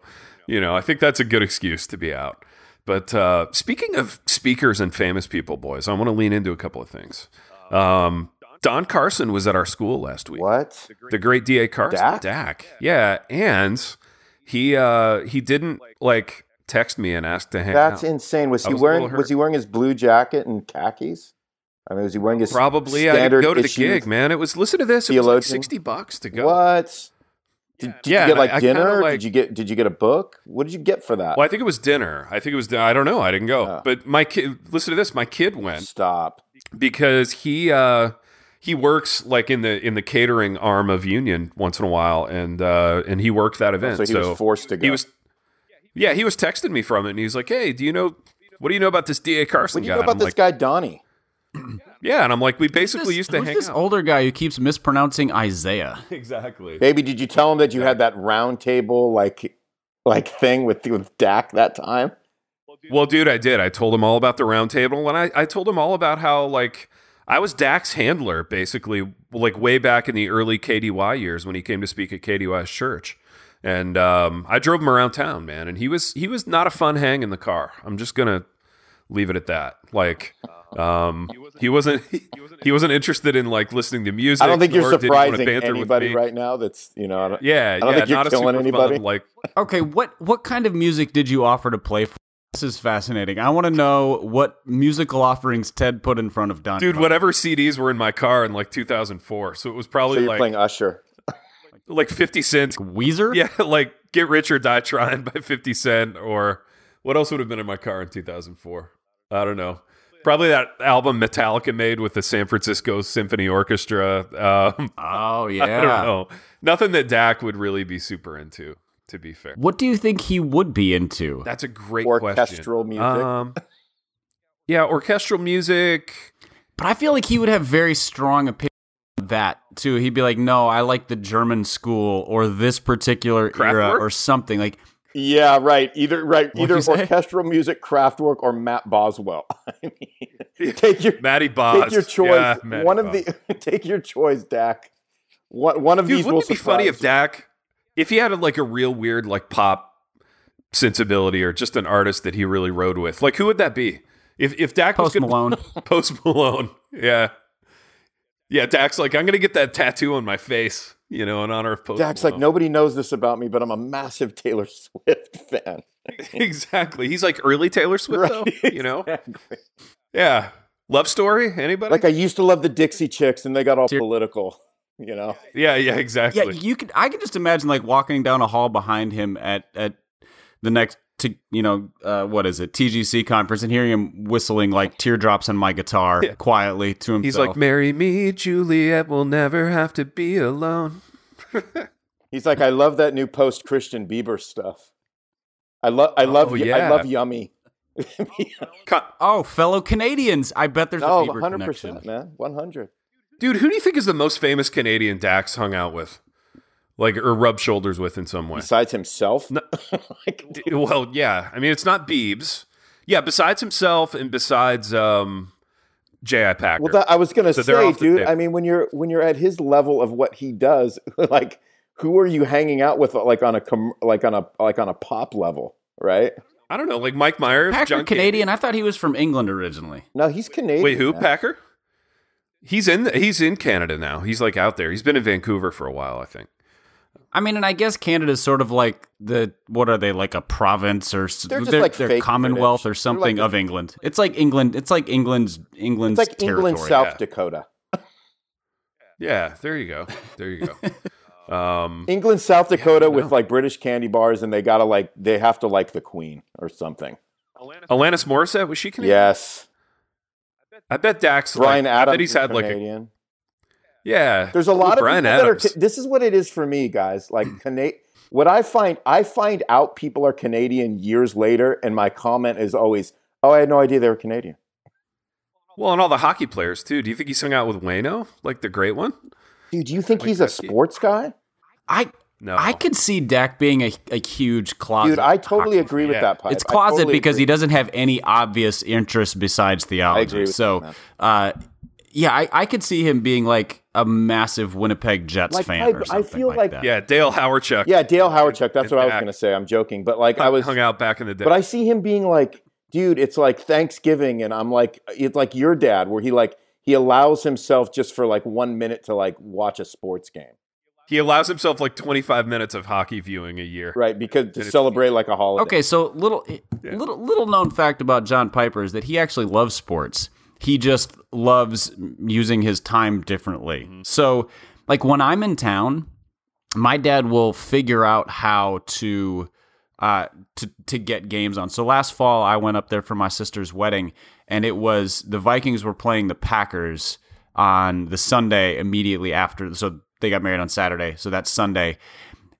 A: you know, I think that's a good excuse to be out. But uh, speaking of speakers and famous people, boys, I want to lean into a couple of things. Um, Don Carson was at our school last week.
B: what?
A: The great DA Carson.
B: Dak?
A: Yeah. And he uh, he didn't like text me and ask to hang
B: That's
A: out.
B: insane. Was
A: I
B: he
A: was a
B: wearing
A: little
B: was he wearing his blue jacket and khakis? I mean, was he wearing his
A: Probably I
B: standard
A: didn't go to the
B: issue-
A: gig, man. It was listen to this. It was like
B: Theologian?
A: 60 bucks to go.
B: What? Did, did
A: Yeah,
B: you
A: and
B: get like
A: I- I kinda
B: dinner?
A: like-
B: did you get did you get a book? What did you get for that?
A: Well, I think it was dinner. I think it was. I don't know. I didn't go. But my kid. Listen to this. My kid went
B: Stop.
A: because he uh, he works like in the in the catering arm of Union once in a while, and uh, and he worked that event.
B: Oh, So he was forced to go.
A: He was. Yeah, he was texting me from it, and he's like, "Hey, do you know? What do you know about this Da Carson
B: what do you
A: guy?"
B: know
A: And
B: about
A: I'm
B: this
A: like,
B: guy Donnie?
A: Yeah, and I'm like, we basically
C: Who's
A: used to
C: who's
A: hang
C: this
A: out.
C: older guy who keeps mispronouncing Isaiah?
A: exactly.
B: Baby, did you tell him that you had that round table like like thing with with Dak that time?
A: Well, dude, I did. I told him all about the round table, and I, I told him all about how like I was Dak's handler, basically, like way back in the early KDY years when he came to speak at KDY's church. And um, I drove him around town, man, and he was he was not a fun hang in the car. I'm just gonna leave it at that. Like, um, he wasn't he wasn't interested in like listening to music.
B: I don't think
A: nor
B: you're
A: did he wanna
B: surprising
A: banter with
B: anybody
A: me.
B: right now. That's you know. I don't,
A: Yeah,
B: don't
A: yeah,
B: think you're
A: not a
B: killing
A: super
B: anybody.
A: Fun, like,
C: Okay, what what kind of music did you offer to play for? This is fascinating. I want to know what musical offerings Ted put in front of Don.
A: dude,
C: Trump.
A: whatever CDs were in my car in like 2004, so it was
B: So
A: probably
B: you're
A: like
B: playing Usher.
A: like 50 cents.
C: Weezer?
A: Yeah, like Get Rich or Die Trying by 50 Cent, or what else would have been in my car in 2004? I don't know. Probably that album Metallica made with the San Francisco Symphony Orchestra. Um,
C: Oh yeah.
A: I don't know. Nothing that Dak would really be super into, to be fair.
C: What do you think he would be into?
A: That's a great
B: Orchestral
A: question.
B: music.
A: Um, yeah, orchestral music.
C: But I feel like he would have very strong opinion on that too. He'd be like, "No, I like the German school or this particular era
A: Kraftwerk?
C: or something." Like,
B: Yeah, right. Either right,
C: What'd
B: either
C: you say?
B: orchestral music, Kraftwerk, or Matt Boswell. I mean, take your
A: Matty Boz.
B: take your choice.
A: Yeah, Matty
B: one of
A: Boz.
B: the take your choice, Dak. One one of
A: Dude,
B: these
A: wouldn't
B: will
A: it be funny if
B: surprise
A: Dak, if he had like a real weird like pop sensibility or just an artist that he really rode with? Like, who would that be? If if Dak was
C: Post
A: gonna-
C: Malone.
A: Post Malone, yeah, yeah. Dak's like, I'm gonna get that tattoo on my face, you know, in honor of
B: you.
A: Post.
B: Dak's like
A: Malone.
B: nobody knows this about me, but I'm a massive Taylor Swift fan.
A: exactly. He's like early Taylor Swift, though, you know. Yeah, love story. Anybody?
B: like I used to love the Dixie Chicks, and they got all
C: Ser-
B: political. You know,
A: yeah, yeah, exactly.
C: Yeah, you could. I could just imagine like walking down a hall behind him at at the next, t- you know, uh, what is it, TGC conference, and hearing him whistling like teardrops on my guitar quietly to himself.
A: He's like, marry me, Juliet. We'll never have to be alone.
B: he's like I love that new post Christian Bieber stuff. I love I love
A: Oh,
B: y-
A: yeah.
B: I love Yummy.
A: Con-
C: "Oh, fellow Canadians, I bet there's a
B: No,
C: Bieber
B: 100
C: connection."
B: Oh, percent, man, 100.
A: Dude, who do you think is the most famous Canadian Dax hung out with? Like, or rubbed shoulders with in some way?
B: Besides himself,
A: No.
B: Like,
A: D- Well, yeah. I mean, it's not Beebs. Yeah, besides himself and besides um, J.I. Packer.
B: Well, that, I was gonna
A: So they're
B: say,
A: off the
B: dude.
A: table.
B: I mean, when you're when you're at his level of what he does, like who are you hanging out with, like on a com- like on a like on a pop level, right?
A: I don't know, like Mike Myers,
C: Packer
A: John
C: Canadian. I thought he was from England originally.
B: No, he's Canadian.
A: Wait, who?
B: man.
A: Packer? He's in. He's in Canada now. He's like out there. He's been in Vancouver for a while, I think.
C: I mean, and I guess Canada's sort of like the what are they like a province or s-
B: They're just like fake
C: Commonwealth
B: British.
C: or something
B: They're like
C: of England. It's like England. It's like England's
B: It's
C: England's
B: like England,
C: territory.
B: South
A: yeah.
B: Dakota.
A: Yeah, there you go. There you go. um,
B: England, South Dakota,
A: no.
B: with like British candy bars, and they gotta like they have to like the Queen or something.
A: Alanis Morissette was she Canadian?
B: Yes,
A: I bet Dax. Like,
B: Brian
A: I
B: Adams.
A: bet he's
B: is
A: had like a
B: Canadian.
A: yeah.
B: There's a lot
A: Ooh, Bryan
B: of people that are.
A: Adams.
B: Ca- This is what it is for me, guys. Like Cana- what I find, I find out people are Canadian years later, and my comment is always, "Oh, I had no idea they were Canadian."
A: Well, and all the hockey players too. Do you think he's hung out with Wayno, like the great one?
B: Dude, do you think
A: Like
B: he's a
A: that-
B: sports guy?
C: I
A: No,
C: I could see Dak being a, a huge closet.
B: Oh. Dude, I totally
C: hockey
B: agree with
A: Yeah.
B: that.
C: fan.
B: Pipe.
C: It's closet
B: I totally
C: because he
B: agree.
C: doesn't have any obvious interest besides theology.
B: I agree with
C: so,
B: you, man.
C: uh, yeah, I, I could see him being like a massive Winnipeg Jets
B: Like,
C: fan
B: I-
C: or
B: I
C: something
B: feel
C: like,
B: like-
C: that.
A: Yeah, Dale Howarchuk.
B: Yeah, Dale Howardchuk.
A: And
B: That's what I was
A: back.
B: going to say. I'm joking, but like I was,
A: hung out back in the day.
B: but I see him being like, "Dude, it's like Thanksgiving," and I'm like, uh, "It's like your dad," where he like he allows himself just for like one minute to like watch a sports game.
A: he allows himself like 25 minutes of hockey viewing a year.
B: Right, because to
A: it's-
B: celebrate like a holiday.
C: Okay, so little eh,
A: Yeah.
C: little little known fact about John Piper is that he actually loves sports. He just loves m- using his time differently. So, like when I'm in town, my dad will figure out how to uh to to get games on. So last fall I went up there for my sister's wedding and it was the Vikings were playing the Packers on the Sunday immediately after so they got married on Saturday. So that's Sunday.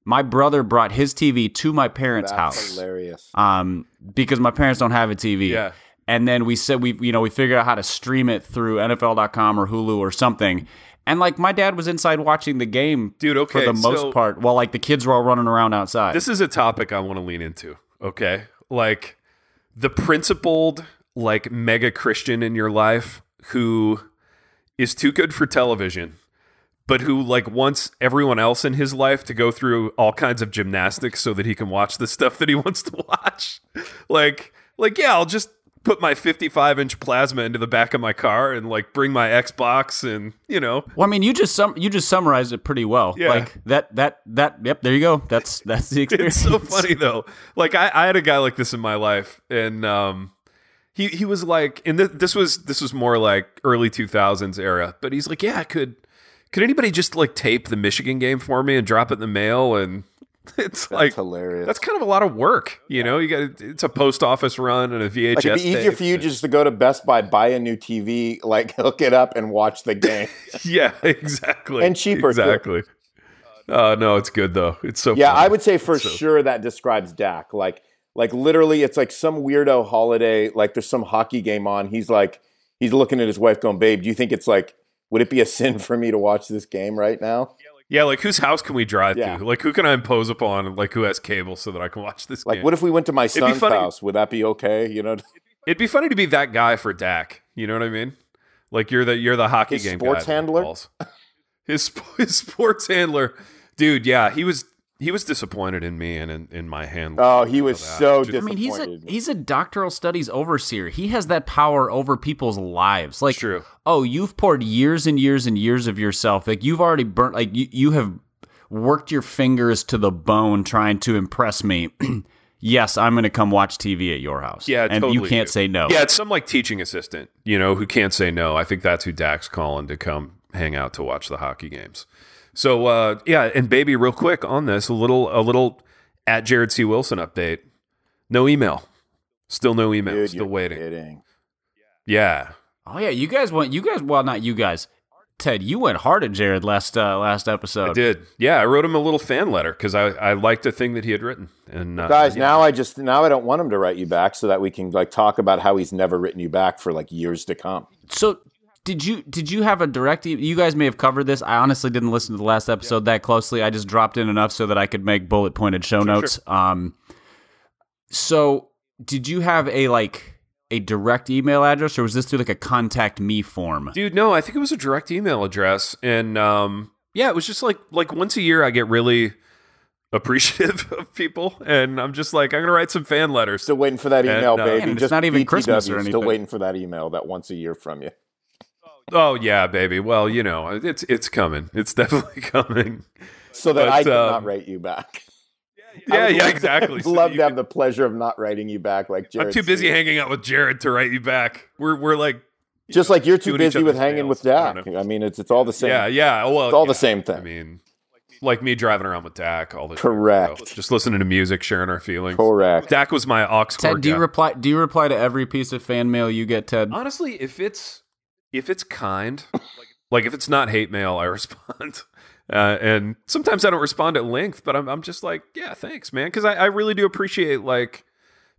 C: My brother brought his TV to my parents'
B: That's
C: house
B: hilarious.
C: um, because my parents don't have a TV.
A: Yeah.
C: And then we said we you know we figured out how to stream it through NFL.com or Hulu or something. And like my dad was inside watching the game,
A: Dude, okay,
C: for the most
A: so-
C: part, while like the kids were all running around outside.
A: This is a topic I want to lean into. Okay. Like the principled, like mega Christian in your life who is too good for television, but who like wants everyone else in his life to go through all kinds of gymnastics so that he can watch the stuff that he wants to watch. like, like, yeah, I'll just put my 55 inch plasma into the back of my car and like bring my Xbox and you know
C: Well, I mean, you just sum you just summarized it pretty well.
A: Yeah.
C: Like that that that. Yep, there you go. That's that's the experience.
A: it's so funny though. Like I, I had a guy like this in my life, and um, he he was like, and th- this was this was more like early two thousands era. But he's like, yeah, I could could anybody just like tape the Michigan game for me and drop it in the mail? And it's like
B: That's hilarious.
A: that's kind of a lot of work, you know. You got it's a post office run and a VHS.
B: like it'd be easier
A: tape.
B: for you just to go to Best Buy, buy a new TV, like hook it up and watch the game.
A: yeah, exactly,
B: And cheaper, too.
A: exactly. Uh, no, it's good though. It's so
B: yeah,
A: funny.
B: I would say for
A: So-
B: sure that describes Dak. Like, like literally, it's like some weirdo holiday. Like, there's some hockey game on. He's like, he's looking at his wife, going, "Babe, do you think it's like, would it be a sin for me to watch this game right now?
A: Yeah, like whose house can we drive
B: Yeah.
A: to? Like who can I impose upon? and, Like who has cable so that I can watch this?
B: Like,
A: game?
B: what if we went to my
A: be
B: son's
A: funny-
B: house? Would that be okay? You know,
A: It'd be funny to be that guy for Dak. You know what I mean? Like you're the you're the hockey
B: His
A: game guy
B: sports
A: that
B: handler?
A: calls. His sp- his sports handler, dude. Yeah, he was he was disappointed in me and in, in my handler.
B: oh, he was
C: I
B: so
C: mean,
B: disappointed.
C: he's a he's a doctoral studies overseer. He has that power over people's lives. Like,
A: true.
C: oh, you've poured years and years and years of yourself. Like, you've already burnt. Like, you you have worked your fingers to the bone trying to impress me. yes, I'm going to come watch TV at your house.
A: Yeah,
C: and you
A: totally,
C: can't
A: dude.
C: say no.
A: Yeah, it's some like teaching assistant, you know, who can't say no. I think that's who Dak's calling to come hang out to watch the hockey games. So uh, yeah, and baby, real quick on this, a little a little at Jared C Wilson update. No email. Still no email.
B: Dude,
A: Still
B: you're
A: waiting.
B: kidding.
A: Yeah.
C: Oh yeah, you guys went. You guys, well, not you guys. Ted, you went hard at Jared last uh, last episode.
A: I did. Yeah, I wrote him a little fan letter because I, I liked a thing that he had written. And uh,
B: Guys,
A: yeah.
B: now I just now I don't want him to write you back so that we can like talk about how he's never written you back for like years to come.
C: So did you did you have a direct? e- You guys may have covered this. I honestly didn't listen to the last episode that closely. I just dropped in enough so that I could make bullet pointed show notes. Um, so did you have a like a direct email address, or was this through like a contact me form?
A: dude, no, I think it was a direct email address, and um, yeah, it was just like like once a year I get really appreciative of people, and I'm just like I'm gonna write some fan letters.
B: Still waiting for that
A: And,
B: email,
A: uh,
B: baby.
C: And it's
B: Just
C: not even
B: BTW,
C: Christmas or
B: Still
C: anything.
B: waiting for that email that once a year from you.
A: Oh yeah, baby. Well, you know, it's it's coming. It's definitely coming.
B: So that
A: But,
B: I cannot
A: um,
B: write you back. I
A: Yeah,
B: would
A: yeah,
B: love-
A: exactly.
B: I'd
A: So
B: love
A: you
B: to
A: can-
B: have the pleasure of not writing you back like Jared.
A: I'm too busy
B: Seed.
A: hanging out with Jared to write you back. We're we're like
B: Just like you're too
A: doing each
B: busy with
A: other's
B: hanging
A: mails.
B: with
A: I
B: Dak.
A: don't
B: I mean, it's it's all the same.
A: yeah, yeah. Well,
B: It's all
A: yeah.
B: the same thing.
A: I mean, like me driving around with Dak all the
B: Correct.
A: Just listening to music, sharing our feelings.
B: Correct.
A: Dak was my aux
C: Ted,
A: cord
C: do you
A: guy.
C: reply? Do you reply to every piece of fan mail you get, Ted?
A: Honestly, if it's if it's kind, like if it's not hate mail, I respond. Uh, and sometimes I don't respond at length, but I'm I'm just like, yeah, thanks, man, because I, I really do appreciate like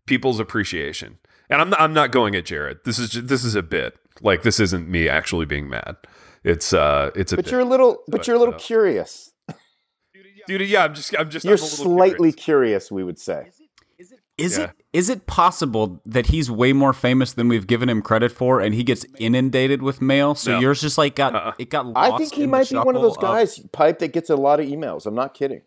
A: people's appreciation. And I'm not, I'm not going at Jared. This is just, this is a bit. Like this isn't me actually being mad. It's uh it's a
B: But
A: bit.
B: you're a little but
A: But,
B: you're a little
A: uh,
B: curious.
A: dude. Yeah, I'm just I'm just
B: You're
A: I'm a little
B: slightly
A: curious.
B: curious, we would say.
C: Is
A: Yeah.
C: it is it possible that he's way more famous than we've given him credit for, and he gets inundated with mail? So
A: No.
C: yours just like got
A: Uh-uh.
C: it got lost.
B: I think he
C: in the
B: might be one of
C: shuffle
B: those guys, Pipe, that gets a lot of emails. I'm not kidding.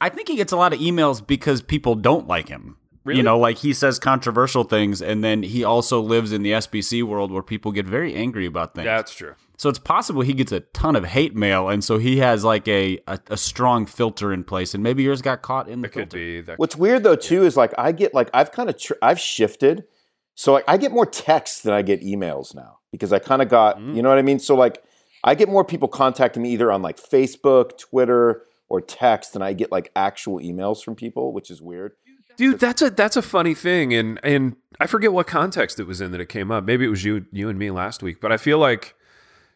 C: I think he gets a lot of emails because people don't like him.
A: Really?
C: You know, like he says controversial things, and then he also lives in the SBC world where people get very angry about things.
A: That's true.
C: So it's possible he gets a ton of hate mail, and so he has like a, a, a strong filter in place, and maybe yours got caught in the
A: It could
C: filter.
A: be that.
B: What's weird though too is like I get like I've kind of tr- I've shifted, so like I get more texts than I get emails now because I kind of got
A: Mm.
B: you know what I mean. So like I get more people contacting me either on like Facebook, Twitter, or text than I get like actual emails from people, which is weird.
A: dude that's a that's a funny thing and and i forget what context it was in that it came up maybe it was you you and me last week but i feel like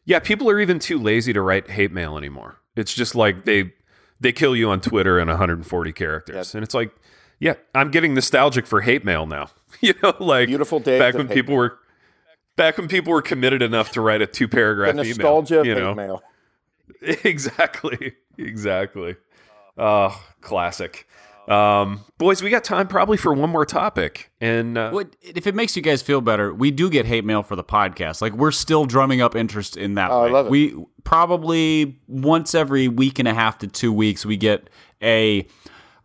A: yeah people are even too lazy to write hate mail anymore it's just like they they kill you on twitter in 140 characters
B: Yep.
A: and it's like yeah i'm getting nostalgic for hate mail now you know like
B: Beautiful days
A: back
B: of
A: when
B: hate
A: people were back when people were committed enough to write a two
B: The
A: paragraph
B: nostalgia
A: email you
B: of
A: know
B: hate mail.
A: exactly exactly uh classic um boys we got time probably for one more topic and uh,
C: What, if it makes you guys feel better, we do get hate mail for the podcast. Like we're still drumming up interest in that.
B: Oh, I
C: way.
B: love it.
C: We probably once every week and a half to two weeks we get a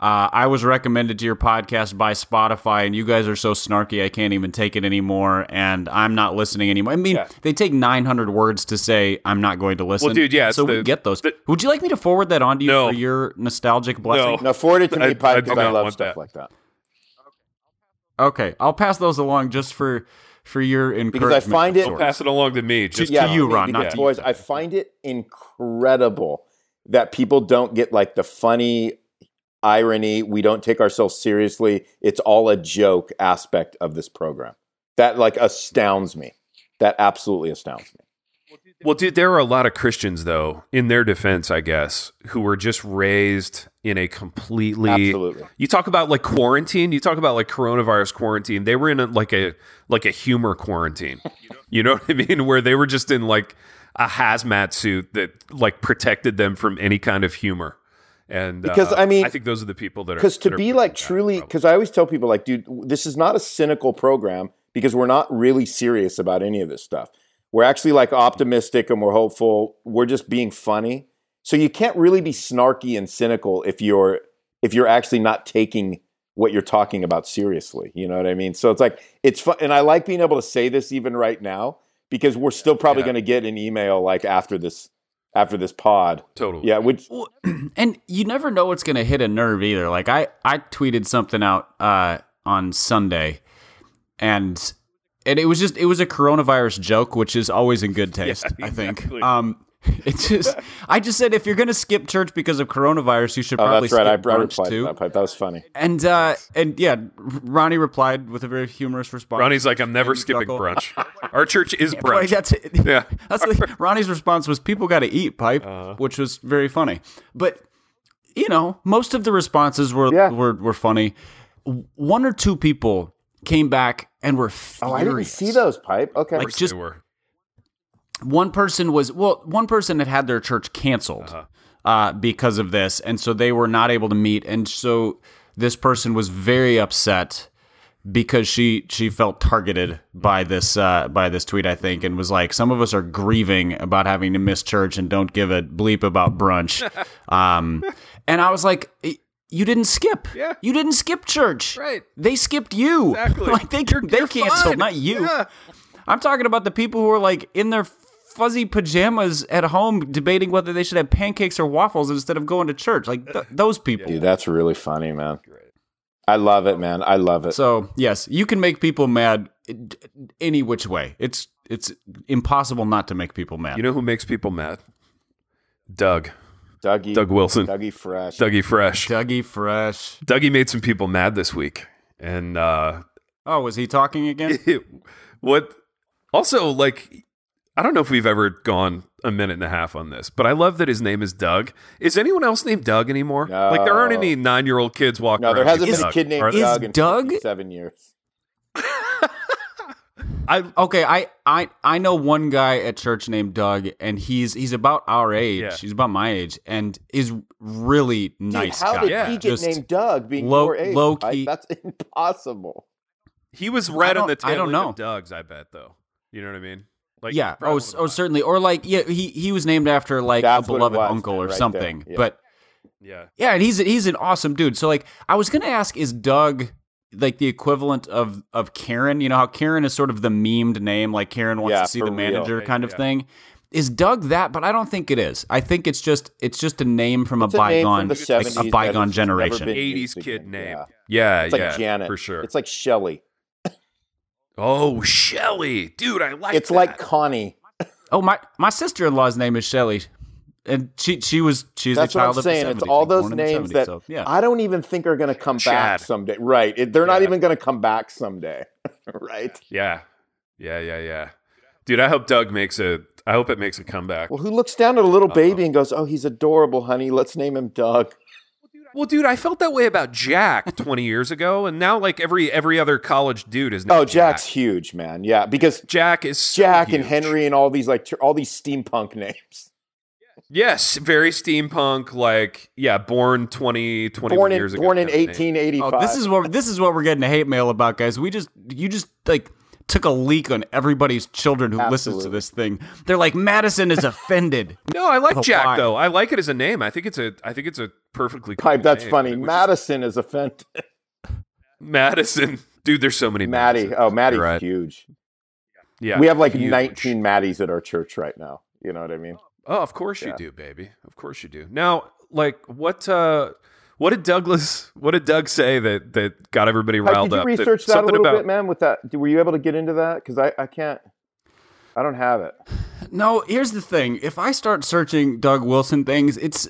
C: Uh, I was recommended to your podcast by Spotify, and you guys are so snarky I can't even take it anymore, and I'm not listening anymore. I mean,
B: Yeah.
C: they take 900 words to say I'm not going to listen.
A: dude, yeah, it's
C: so we
A: the-
C: get those.
A: the-
C: Would you like me to forward that on to you
A: No.
C: for your nostalgic blessing?
B: Now forward it to me,
A: I- I
B: Pipe,
A: do
B: because I,
A: not
B: love
A: want
B: stuff
A: that.
B: like that.
C: Okay, I'll pass those along just for for your encouragement.
B: I find it-
C: of sorts.
A: Pass it along to me. Just
C: Yeah. to you, Ron,
B: because,
C: not to you.
B: boys. I find it incredible that people don't get like the funny irony. We don't take ourselves seriously. It's all a joke aspect of this program. That like astounds me. That absolutely astounds me.
A: Well, dude, there are a lot of Christians, though, in their defense, I guess, who were just raised in a completely.
B: Absolutely.
A: You talk about like quarantine. You talk about like coronavirus quarantine. They were in a, like a like a humor quarantine. you know what I mean? Where they were just in like a hazmat suit that like protected them from any kind of humor. And
B: Because,
A: uh,
B: I mean-
A: I think those are the people that are
B: because
A: that
B: to
A: are
B: be
A: freaking
B: like
A: out,
B: truly
A: probably.
B: because i always tell people like dude this is not a cynical program because we're not really serious about any of this stuff we're actually like optimistic and we're hopeful we're just being funny so you can't really be snarky and cynical if you're if you're actually not taking what you're talking about seriously you know what i mean so it's like it's fun and i like being able to say this even right now because we're still probably
A: Yeah.
B: going to get an email like after this after this pod
A: totally.
B: yeah which oh,
C: Well, and you never know what's going to hit a nerve either. Like I, I tweeted something out uh, on Sunday, and and it was just it was a coronavirus joke, which is always in good taste. I think.
A: exactly.
C: Um, it's just I just said if you're going to skip church because of coronavirus, you should
B: oh
C: probably
B: that's right i, I
C: skip brunch
B: replied to
C: too.
B: that Pipe. that was funny
C: And uh, and yeah, Ronnie replied with a very humorous response.
A: Ronnie's like, I'm never
C: Maybe
A: skipping
C: Buckle.
A: brunch. Our church is
C: Right,
A: brunch.
C: that's it.
A: Yeah.
C: That's what, Ronnie's response was people got to eat pipe, which was very funny. But you know, most of the responses were
B: Yeah.
C: were were funny. W- One or two people came back and were furious.
B: Oh, I didn't see those pipe. Okay.
A: Of course
C: just-
A: they were.
C: One person was well, one person had had their church canceled
A: Uh-huh.
C: uh because of this, and so they were not able to meet. And so this person was very upset because she she felt targeted by this uh, by this tweet, I think, and was like, "Some of us are grieving about having to miss church and don't give a bleep about brunch." um, and I was like. "Y- You didn't skip.
A: Yeah.
C: You didn't skip church.
A: Right.
C: They skipped you.
A: Exactly.
C: Like they
A: You're-
C: they
A: you're fine.
C: canceled, not you.
A: Yeah.
C: I'm talking about the people who are like in their fuzzy pajamas at home debating whether they should have pancakes or waffles instead of going to church. Like th- those people.
B: Dude, that's really funny, man. I love it, man. I love it.
C: So yes, you can make people mad any which way. It's it's impossible not to make people mad.
A: You know who makes people mad? Doug.
B: Dougie,
A: Doug Wilson.
B: Dougie Fresh.
A: Dougie Fresh.
C: Dougie Fresh.
A: Dougie made some people mad this week. And uh
C: Oh, was he talking again?
A: what also like I don't know if we've ever gone a minute and a half on this, but I love that his name is Doug. Is anyone else named Doug anymore?
B: No.
A: Like there aren't any nine year old kids walking
B: no, there
A: around
B: hasn't
A: named
B: been
A: Doug,
B: a kid named
A: are there?
B: Doug in
C: Doug-
B: seven years.
A: I
C: Okay, I, I I know one guy at church named Doug, and he's he's about our age.
A: Yeah.
C: He's about my age, and is really nice
B: Dude, how
C: guy.
B: did
A: Yeah.
B: he get
C: Just-
B: named Doug being
C: low-
B: your age?
C: low
B: Like,
C: key-
B: that's impossible.
A: he was right on
C: don't-
A: the
C: I
A: tail
C: don't
A: end of
C: know.
A: Doug's, I bet though. You know what I mean? Like
C: yeah.
A: probably
C: Oh,
A: one of
C: s-
A: the
C: oh,
A: last.
C: certainly. Or like, yeah, he he was named after like
B: That's
C: a
B: what it
C: beloved
B: was,
C: uncle or
B: right there,
C: something.
B: yeah.
C: But
A: Yeah.
C: yeah, and he's he's an awesome dude. So like, I was gonna ask, is Doug like the equivalent of of Karen? You know how Karen is sort of the memed name, like Karen wants
B: Yeah,
C: to see
B: for
C: the
B: real.
C: manager
A: Yeah,
C: kind of
A: yeah.
C: thing. Is Doug that? But I don't think it is. I think it's just it's just a name from
B: It's
C: a
B: a name
C: bygone
B: from the
C: like,
B: 70s that
C: a
B: has
C: bygone
B: never
C: generation.
B: been-
A: Eighties
B: Music
A: kid
B: and-
A: name.
B: yeah.
A: Yeah,
B: It's like
A: yeah,
B: Janet.
A: for sure.
B: It's like Shelly.
A: oh, Shelly, dude, I like.
B: It's
A: that.
B: like Connie.
C: Oh my my sister in law's name is Shelley, and she she was she's
B: That's
C: a
B: what
C: child
B: I'm
C: of the
B: saying. It's
C: 70s,
B: all
C: like,
B: those
C: born in the
B: names
C: 70s,
B: that
C: so, yeah.
B: I don't even think are going to come
A: Chad.
B: back someday. Right. It- They're not
A: Yeah.
B: even going to come back someday. right.
A: Yeah. Yeah, yeah, yeah. Dude, I hope Doug makes a I hope it makes a comeback.
B: Well,
A: Well,
B: who looks down at a little
A: Uh-huh.
B: baby and goes, oh, he's adorable, honey. Let's name him Doug.
A: dude, I felt that way about Jack 20 years ago and now like every every other college dude is named
B: Oh, Jack's
A: Jack.
B: huge, man. Yeah, because
A: Jack is so
B: Jack and
A: huge.
B: Henry and all these like tr- all these steampunk names.
A: Yes, very steampunk like yeah, born 20 21
B: Born in
A: years ago.
B: born in
A: kind of name.
B: 1885.
C: Oh, this is what this is what we're getting hate mail about, guys. We just you just like took a leak on everybody's children who listens to
B: Absolutely.
C: this thing. They're like, Madison is offended.
A: No, I like
C: Oh,
A: Jack
C: why?
A: though. I like it as a name. I think it's a I think it's a perfectly cool
B: Pipe, that's
A: name,
B: funny.
A: which is
B: Madison is offended.
A: Madison. Dude, there's so many
B: Maddie.
A: Madisons.
B: Oh, Maddie's
A: You're right.
B: huge.
A: Yeah.
B: we have like
A: huge.
B: 19 Maddies at our church right now. You know what I mean?
A: Oh, of course you
B: Yeah.
A: do, baby. Of course you do. Now, like what uh what did Douglas what did Doug say that that got everybody
B: Pipe,
A: riled
B: did you
A: up? That-
B: research that a
A: something
B: little
A: about
B: bit, man? With that, were you able to get into that? Because I, I can't. I don't have it.
C: No, here's the thing. If I start searching Doug Wilson things, it's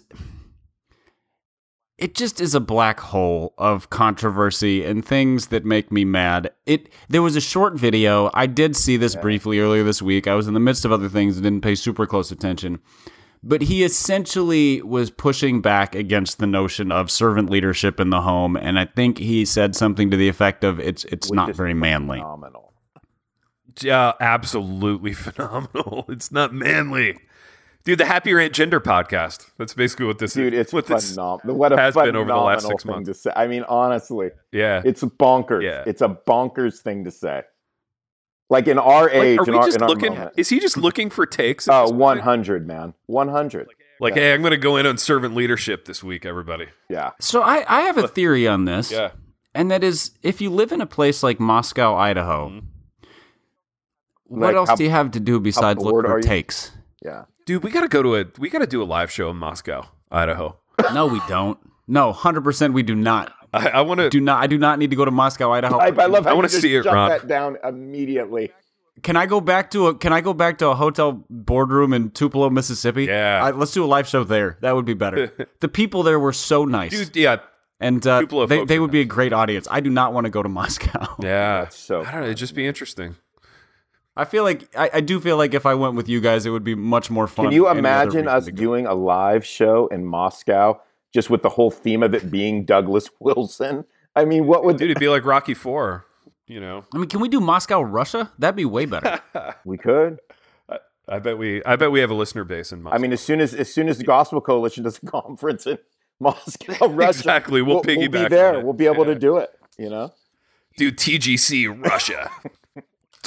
C: it just is a black hole of controversy and things that make me mad. It there was a short video. I did see this briefly earlier this week. I was in the midst of other things and didn't pay super close attention. But he essentially was pushing back against the notion of servant leadership in the home, and I think he said something to the effect of it's it's
B: Which
C: not
B: is
C: very manly.
B: Phenomenal.
A: Yeah, absolutely phenomenal. It's not manly. Dude, the Happier Ant Gender podcast. That's basically what this
B: Dude,
A: is.
B: it's
A: what this-
B: phenomenal. What a
A: has been
B: phenomenal
A: over the last six
B: thing
A: months.
B: to say. I mean, honestly,
A: yeah.
B: it's bonkers.
A: Yeah.
B: It's a bonkers thing to say. Like in our age,
A: like, are
B: in
A: we
B: our,
A: just
B: in our
A: looking?
B: moment.
A: Is he just looking for takes? at
B: Oh,
A: this point?
B: 100, man. 100.
A: Like, hey, I'm going to go in on servant leadership this week, everybody.
B: Yeah.
C: So I, I have a theory on this.
A: Yeah.
C: And that is, if you live in a place like Moscow, Idaho, what
B: Mm-hmm. Like,
C: else
B: how-
C: do you have to do besides look
B: bored are
C: for
B: you?
C: takes?
B: Yeah.
A: Dude, we got to go to a we got to do a live show in Moscow, Idaho.
C: No, we don't. No, hundred percent, we do not.
A: I, I want to.
C: Do not. I do not need to go to Moscow, Idaho.
B: I, I love how
A: I
B: you
A: wanna
B: just
A: see it,
B: shut
A: Ron.
B: that down immediately.
C: Can I go back to a? Can I go back to a hotel boardroom in Tupelo, Mississippi?
A: Yeah.
C: I, let's do a live show there. That would be better. the people there were so nice,
A: Dude, yeah,
C: and uh,
A: Tupelo
C: they
A: folks
C: they
A: are
C: would be a great audience. I do not want to go to Moscow.
A: yeah.
B: so
A: I don't know. It'd just be interesting.
C: I feel like I, I do feel like if I went with you guys, it would be much more fun.
B: Can you
C: Any other
B: imagine
C: reason
B: us
C: to go.
B: doing a live show in Moscow just with the whole theme of it being Douglas Wilson? I mean, what would
A: Dude, it'd be like Rocky Four. You know,
C: I mean, can we do Moscow, Russia? That'd be way better.
B: we could?
A: I bet we I bet we have a listener base in Moscow.
B: I mean, as soon as as soon as the Gospel Coalition does a conference in Moscow, Russia,
A: Exactly. We'll
B: We'll
A: piggyback
B: be
A: on
B: there.
A: it.
B: We'll be able
A: Yeah.
B: to do it. You know,
A: dude, TGC Russia,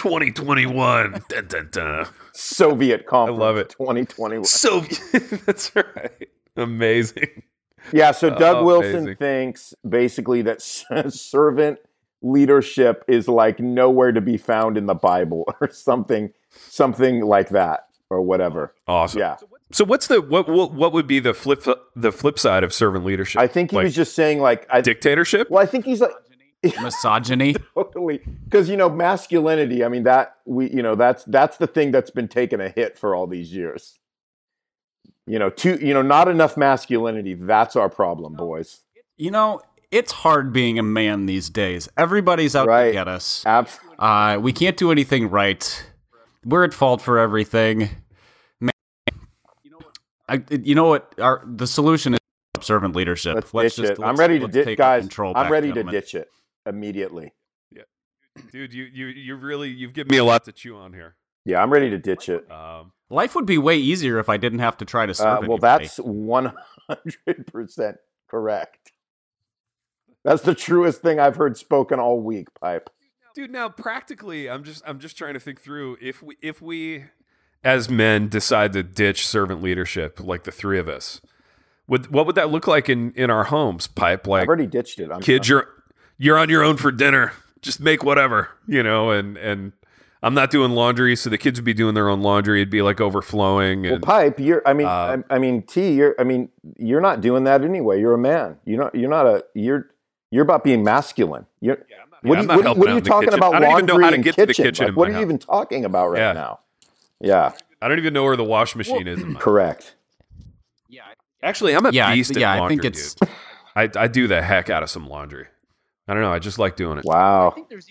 A: 2021. Dun, dun, dun.
B: Soviet conference.
A: love it.
B: Twenty twenty one.
A: So that's right. Amazing.
B: Yeah, so Doug
A: Oh,
B: Wilson
A: amazing.
B: thinks basically that servant leadership is like nowhere to be found in the Bible or something, something like that or whatever.
A: Awesome.
B: Yeah,
A: So what's the what what, what would be the flip the flip side of servant leadership?
B: I think he
A: Like
B: was just saying like, I,
A: dictatorship.
B: well, I think he's like
C: Misogyny.
B: totally because you know masculinity. I mean that we you know that's that's the thing that's been taking a hit for all these years. You know, too you know not enough masculinity. That's our problem, boys.
C: You know, it's hard being a man these days. Everybody's out to
B: Right.
C: get us.
B: Abs-
C: Uh, we can't do anything right. We're at fault for everything. Man, I, you know what? Our the solution is servant leadership.
B: Let's, ditch
C: just-
B: it. I'm ready to
C: let's
B: ditch,
C: take our
B: guys.
C: control
B: I'm
C: back,
B: ready
C: gentlemen.
B: to ditch it immediately.
A: Dude, you you you really you've given me a lot to chew on here.
B: Yeah, I'm ready to ditch it.
A: Um,
C: Life would be way easier if I didn't have to try to serve
B: Uh, well,
C: anybody.
B: that's 100% correct. That's the truest thing I've heard spoken all week, Pipe.
A: dude, now practically, I'm just I'm just trying to think through if we if we as men decide to ditch servant leadership, like the three of us, would what would that look like in in our homes? Pipe like
B: I've already ditched it. I'm
A: kids you're you're on your own for dinner just make whatever you know and and i'm not doing laundry so the kids would be doing their own laundry it'd be like overflowing
B: Well,
A: and
B: Pipe, you're. I mean,
A: Uh,
B: I, I mean, T. You're. I mean, you're not doing that anyway. You're a man. You're not. You're not a. You're. You're about being masculine. You're.
A: Yeah,
B: what,
A: I'm
B: are
A: not
B: you, what,
A: helping
B: what
A: out
B: are you
A: in the
B: talking
A: kitchen.
B: about?
A: I don't even know
B: laundry
A: how to
B: and
A: get to the
B: kitchen?
A: kitchen
B: Like,
A: in
B: what
A: my
B: are you
A: house.
B: even talking about right
A: Yeah.
B: now? Yeah,
A: i don't even know where the wash machine is in my
B: correct.
A: actually i'm a
C: yeah, I-
A: beast
C: yeah,
A: at
C: I
A: laundry,
C: think it's.
A: dude. I, I do the heck out of some laundry i don't know i just like doing it
B: Wow.
C: Well, I think there's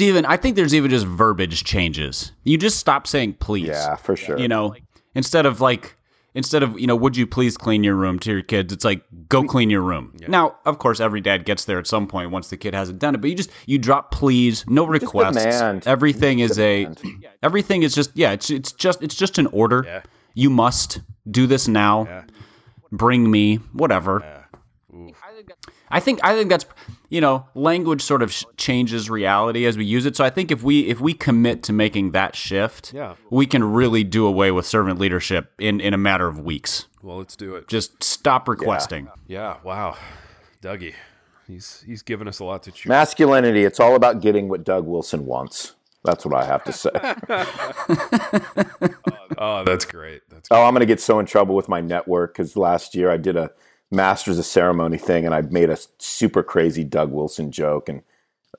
C: even I think there's even just verbiage changes. You just stop saying please.
B: Yeah, for sure.
C: You know, instead of like instead of, you know, would you please clean your room to your kids, it's like
B: Mm.
C: go clean your room. Now, of course, every dad gets there at some point once the kid hasn't done it, but you just you drop please, no requests.
B: demand.
C: Everything is a everything is just yeah, it's it's just it's just an order.
A: Yeah.
C: You must do this now. Bring me whatever. I think I think that's you know language sort of sh- changes reality as we use it. So I think if we if we commit to making that shift,
A: Yeah.
C: we can really do away with servant leadership in in a matter of weeks.
A: Well, let's do it.
C: Just stop requesting.
A: Yeah. Wow, Dougie, he's he's given us a lot to chew.
B: Masculinity, it's all about getting what Doug Wilson wants. That's what I have to say.
A: Oh, that's great. That's
B: Oh, I'm going to get so in trouble with my network because last year I did a Masters of Ceremony thing and I made a super crazy Doug Wilson joke. And,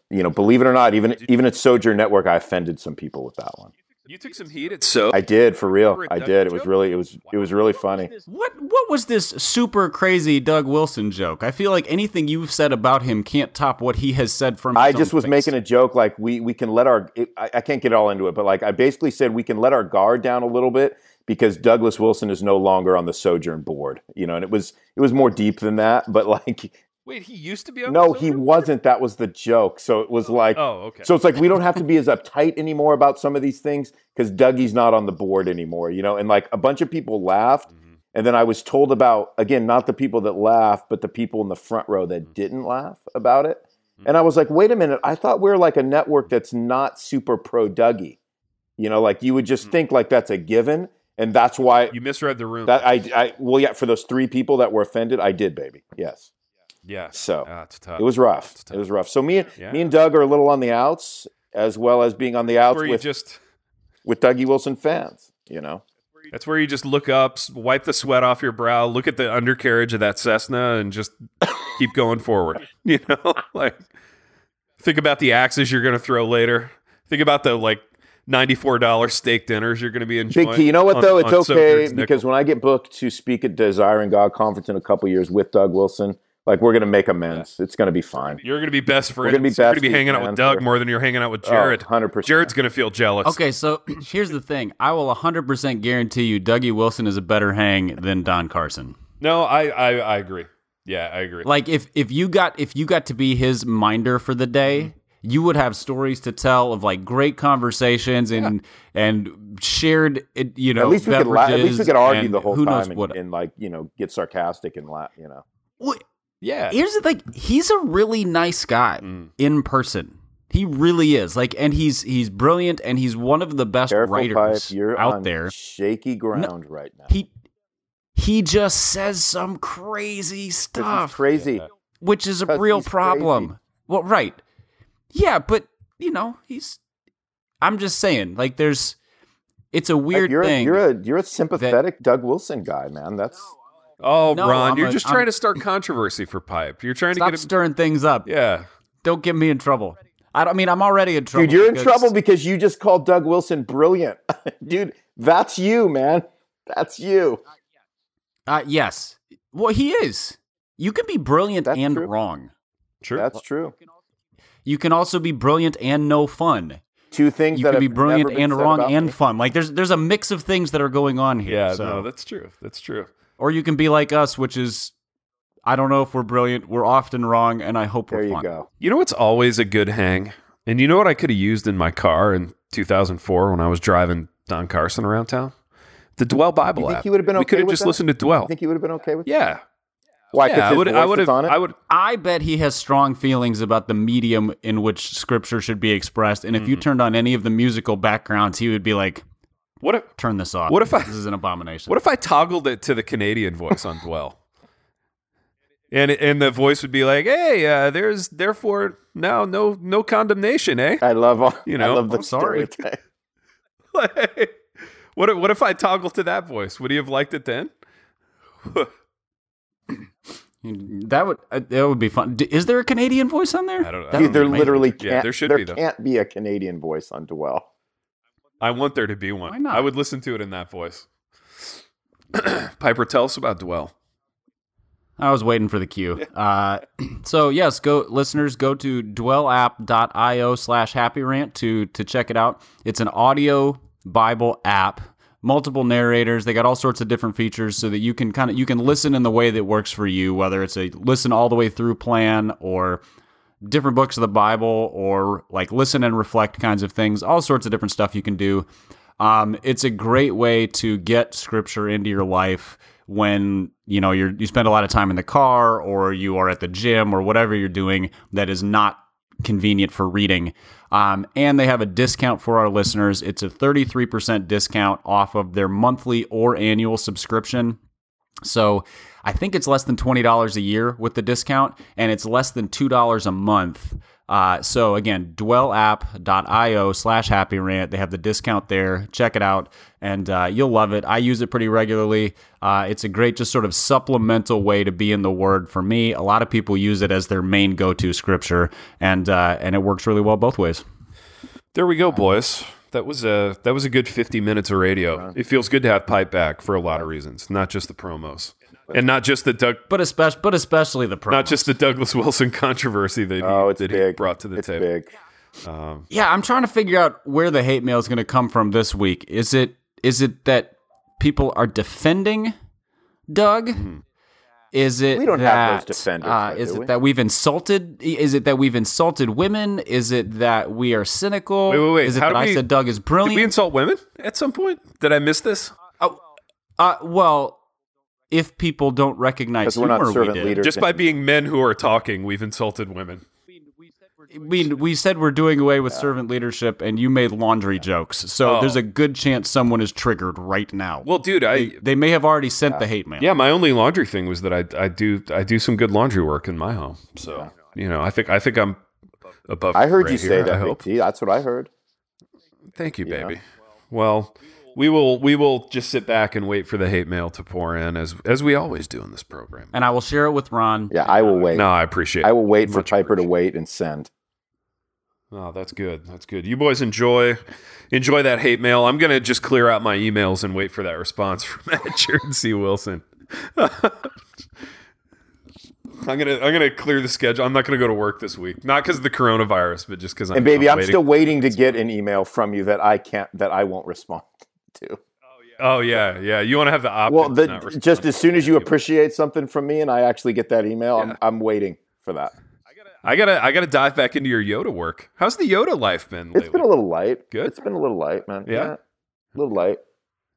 B: you know, believe it or not, even even at Sojourn Network, I offended some people with that one.
A: you took some heat at so.
B: I did for real. I did. It was really, it was, it was really funny.
C: What what was this super crazy Doug Wilson joke? I feel like anything you've said about him can't top what he has said from.
B: I just was making a joke like we we can let our it, I, I can't get all into it, but like I basically said we can let our guard down a little bit because Douglas Wilson is no longer on the Sojourn board, you know, and it was it was more deep than that, but like
A: Wait, he used to be on.
B: no,
A: the
B: he
A: Sojourn?
B: wasn't. That was the joke. So it was like
A: Oh, okay.
B: so it's like we don't have to be as uptight anymore about some of these things because Dougie's not on the board anymore, you know. And like a bunch of people laughed,
A: Mm-hmm.
B: and then I was told about again not the people that laughed, but the people in the front row
A: Mm-hmm.
B: that didn't laugh about it. And I was like, wait a minute, I thought we are like a network that's not super pro Dougie, you know. Like you would just think like that's a given, and that's why
A: Mm-hmm. you misread the room.
B: that I, I well yeah for those three people that were offended, I did, baby, yes.
A: yeah.
B: So
A: Ah, it's
C: Uh,
A: tough.
B: it was rough.
A: It's tough.
B: It was rough. So me,
A: Yeah.
B: me and Doug are a little on the outs, as well as being on the outs
A: where you
B: with,
A: just.
B: with Dougie Wilson fans. You know,
A: That's where you just look up, s- wipe the sweat off your brow, look at the undercarriage of that Cessna, and just keep going forward. You know, like think about the axes you're going to throw later. Think about the like ninety-four dollar steak dinners you're going to be enjoying.
B: Big T. You know what
A: on-
B: though? It's
A: on
B: okay
A: Sojourn's
B: because when I get booked to speak at Desire and God conference in a couple years with Doug Wilson, like we're gonna make amends. It's gonna be fine.
A: Nickel. you're going to be best friends.
B: gonna be
A: you're going to
B: besties,
A: be hanging out
B: man,
A: with Doug
B: for-
A: more than you're hanging out with Jared.
B: Oh, hundred percent.
A: Jared's going to feel jealous.
C: Okay, so here's the thing. I will 100% guarantee you Dougie Wilson is a better hang than Don Carson.
A: No, I, I I agree. Yeah, I agree.
C: Like if if you got if you got to be his minder for the day,
B: Mm-hmm.
C: you would have stories to tell of like great conversations and and shared it, you know
B: At least we could la- at least we
C: beverages
B: could argue
C: and
B: the whole
C: who knows
B: time
C: what.
B: and, and like you know get sarcastic and laugh. You know,
C: Well,
A: yeah.
C: here's the thing he's a really nice guy
B: Mm.
C: in person he really is like and he's he's brilliant and he's one of the best
B: careful,
C: writers
B: Pipe, You're
C: out
B: on
C: there
B: shaky ground right now.
C: he he just says some crazy
B: This is
C: stuff
B: crazy.
C: which is a
B: 'Cause
C: real
B: he's
C: problem
B: crazy.
C: well right yeah but you know he's i'm just saying like there's it's a
B: Like,
C: weird
B: you're
C: thing
B: A, you're a you're a sympathetic Doug Wilson guy, man. That's
A: Oh,
C: No,
A: Ron,
C: I'm
A: you're
C: a-
A: just
C: I'm-
A: trying to start controversy for Pipe. You're trying
C: stop
A: to get him.
C: stirring things up
A: Yeah.
C: don't get me in trouble i don't I mean i'm already in trouble
B: dude, you're in
C: because-
B: trouble because you just called Doug Wilson brilliant, dude. That's you, man. That's you.
C: Uh, yes. Well, he is. You can be brilliant
B: That's
C: and
B: true.
C: wrong.
A: Sure.
B: That's true.
C: You can also be brilliant and no fun.
B: Two things
C: You
B: that
C: can be
B: have
C: brilliant
B: never been
C: and
B: said
C: wrong
B: about
C: and
B: me.
C: fun. Like there's there's a mix of things that are going on here.
A: Yeah,
C: so-
A: no, that's true. That's true.
C: or you can be like us, which is I don't know if we're brilliant. We're often wrong, and I hope
B: There
C: we're
B: you
C: fun.
B: go.
A: You know what's always a good hang? And you know what I could have used in my car in 2004 when I was driving Don Carson around town? The Dwell Bible
B: You think
A: app.
B: he would've been
A: we
B: okay
A: could have
B: with
A: just
B: that?
A: listened to Dwell.
B: I think you would have been okay with that.
A: yeah.
B: Why?
A: yeah,
B: 'Cause
A: I
B: his
A: would I
B: voice
A: would
B: is
A: have
B: on it.
A: I would
C: I bet he has strong feelings about the medium in which scripture should be expressed. And if you turned on any of the musical backgrounds, he would be like,
A: what if
C: "Turn this off.
A: What if I-
C: this is an abomination."
A: what if I toggled it to the Canadian voice on Dwell? And and the voice would be like, "Hey, uh, there's therefore now no no condemnation, eh?"
B: I love all.
A: You
B: You
A: know,
B: know, I love the
C: I'm sorry.
B: stereotype.
A: Like, what if, what if I toggle to that voice? Would he have liked it then?
C: That would uh, that would be fun. D- Is there a Canadian voice on there?
A: I don't know.
C: That
B: Dude,
C: would
B: there
C: be amazing.
B: literally can't.
A: Yeah, there should be, though.
B: can't be a Canadian voice on Dwell.
A: I want there to be one.
C: Why not?
A: I would listen to it in that voice. Piper, tell us about Dwell.
C: I was waiting for the cue. Uh, so yes, go listeners, go to dwellapp.io slash happy rant to to check it out. It's an audio Bible app, multiple narrators. They got all sorts of different features so that you can kind of you can listen in the way that works for you, whether it's a listen all the way through plan or different books of the Bible or like listen and reflect kinds of things, all sorts of different stuff you can do. Um, it's a great way to get scripture into your life when you know you're you spend a lot of time in the car or you are at the gym or whatever you're doing that is not convenient for reading. Um, and they have a discount for our listeners. It's a 33% discount off of their monthly or annual subscription. So I think it's less than $20 a year with the discount, and it's less than $2 a month. Uh, so again, dwellapp.io slash happy rant. They have the discount there. Check it out, and uh, you'll love it. I use it pretty regularly. Uh, it's a great, just sort of supplemental way to be in the Word for me. A lot of people use it as their main go to scripture, and uh, and it works really well both ways.
A: There we go, boys. That was a that was a good fifty minutes of radio. It feels good to have pipe back for a lot of reasons, not just the promos, and not just the Doug,
C: But especially, but especially the pro.
A: not just the Douglas Wilson controversy that he,
B: Oh, it's
A: that he
B: big.
A: brought to the
B: it's
A: table.
B: big.
C: Yeah, I'm trying to figure out where the hate mail is going to come from this week. Is it is it that people are defending Doug? Is it
B: Mm-hmm. We don't
C: that,
B: have those defenders,
C: Uh,
B: though,
C: is
B: do
C: it
B: we?
C: that we've insulted? Is it that we've insulted women? Is it that we are cynical?
A: Wait, wait, wait.
C: Is it
A: How
C: that
A: did
C: I
A: we-
C: said Doug is
A: Did we
C: brilliant?
A: insult women at some point? Did I miss this?
C: uh, well, if people don't recognize
B: Because we're not
C: humor, we
B: servant
C: did.
B: leaders.
A: Just by being men who are talking, we've insulted women.
C: I mean, we said we're doing away with servant leadership, and you made laundry jokes. So
A: Oh.
C: there's a good chance someone is triggered right now.
A: Well, dude, I
C: they may have already sent the hate mail.
A: yeah, my only laundry thing was that I I do I do some good laundry work in my home. So you know, I think I think I'm above.
B: I heard
A: right
B: you say
A: here, I
B: that, Big
A: hope.
B: T. That's what I heard.
A: Thank you, baby. Well, we will we will just sit back and wait for the hate mail to pour in as as we always do in this program.
C: and I will share it with Ron.
B: Yeah, I will wait.
A: Uh, No, I appreciate.
B: I
A: it.
B: will wait for Piper to wait and send.
A: Oh, that's good. That's good. You boys enjoy enjoy that hate mail. I'm gonna just clear out my emails and wait for that response from at Jared C. Wilson. I'm gonna I'm gonna clear the schedule. I'm not gonna go to work this week, not because of the coronavirus, but just because I'm.
B: And baby, I'm
A: waiting.
B: still waiting to get an email from you that I can't, that I won't respond to.
A: Oh yeah, yeah. You want to have the option?
B: Well,
A: to not
B: the,
A: respond.
B: just as soon as you appreciate something from me and I actually get that email, I'm, I'm waiting for that.
A: I gotta I gotta dive back into your Yoda work. How's the Yoda life been
B: It's
A: lately?
B: been a little light.
A: Good.
B: It's been a little light, man.
A: Yeah?
B: a little light.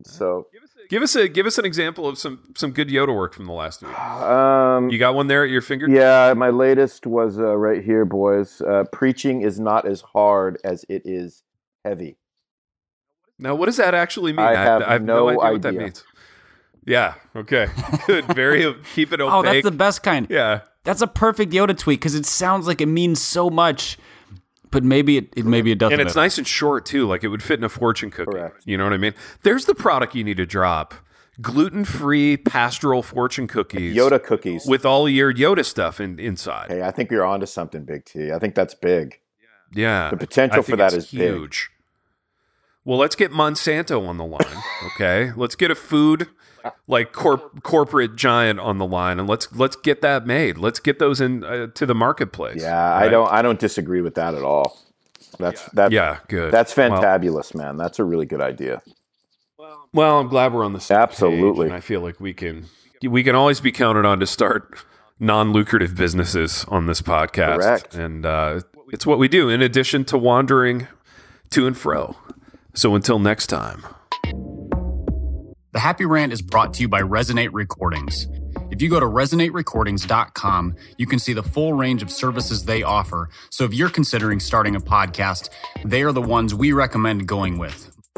B: So,
A: give us a give us an example of some some good Yoda work from the last week.
B: um,
A: You got one there at your finger?
B: yeah, my latest was uh, right here, boys. Uh, Preaching is not as hard as it is heavy.
A: Now, what does that actually mean?
B: I have
A: I have
B: no
A: what that
B: idea.
A: means. Yeah. Okay. Good. Very keep it opaque.
C: Oh, that's the best kind.
A: yeah.
C: That's a perfect Yoda tweet because it sounds like it means so much, but maybe it, it maybe it doesn't.
A: And it's nice and short too. Like it would fit in a fortune cookie.
B: Correct.
A: You know what I mean? There's the product you need to drop: gluten-free pastoral fortune cookies
B: Yoda cookies.
A: with all your Yoda stuff in, inside.
B: hey, I think you're onto something, Big T. I think that's big.
A: Yeah.
B: The potential
A: I
B: for
A: think
B: that
A: it's
B: is big.
A: huge. Well, let's get Monsanto on the line, okay? let's get a food like corp- corporate giant on the line and let's let's get that made. Let's get those in uh, to the marketplace.
B: Yeah, I
A: right?
B: don't. I don't disagree with that at all. That's that's
A: Yeah, good.
B: that's
A: Well-
B: fantabulous, man. That's a really good idea.
A: Well, I'm glad we're on the same
B: Absolutely.
A: page, and I feel like we can we can always be counted on to start non-lucrative businesses on this podcast,
B: Correct.
A: and uh, it's what we do. In addition to wandering to and fro. So until next time.
D: The Happy Rant is brought to you by Resonate Recordings. If you go to resonaterecordings.com, you can see the full range of services they offer. So if you're considering starting a podcast, they are the ones we recommend going with.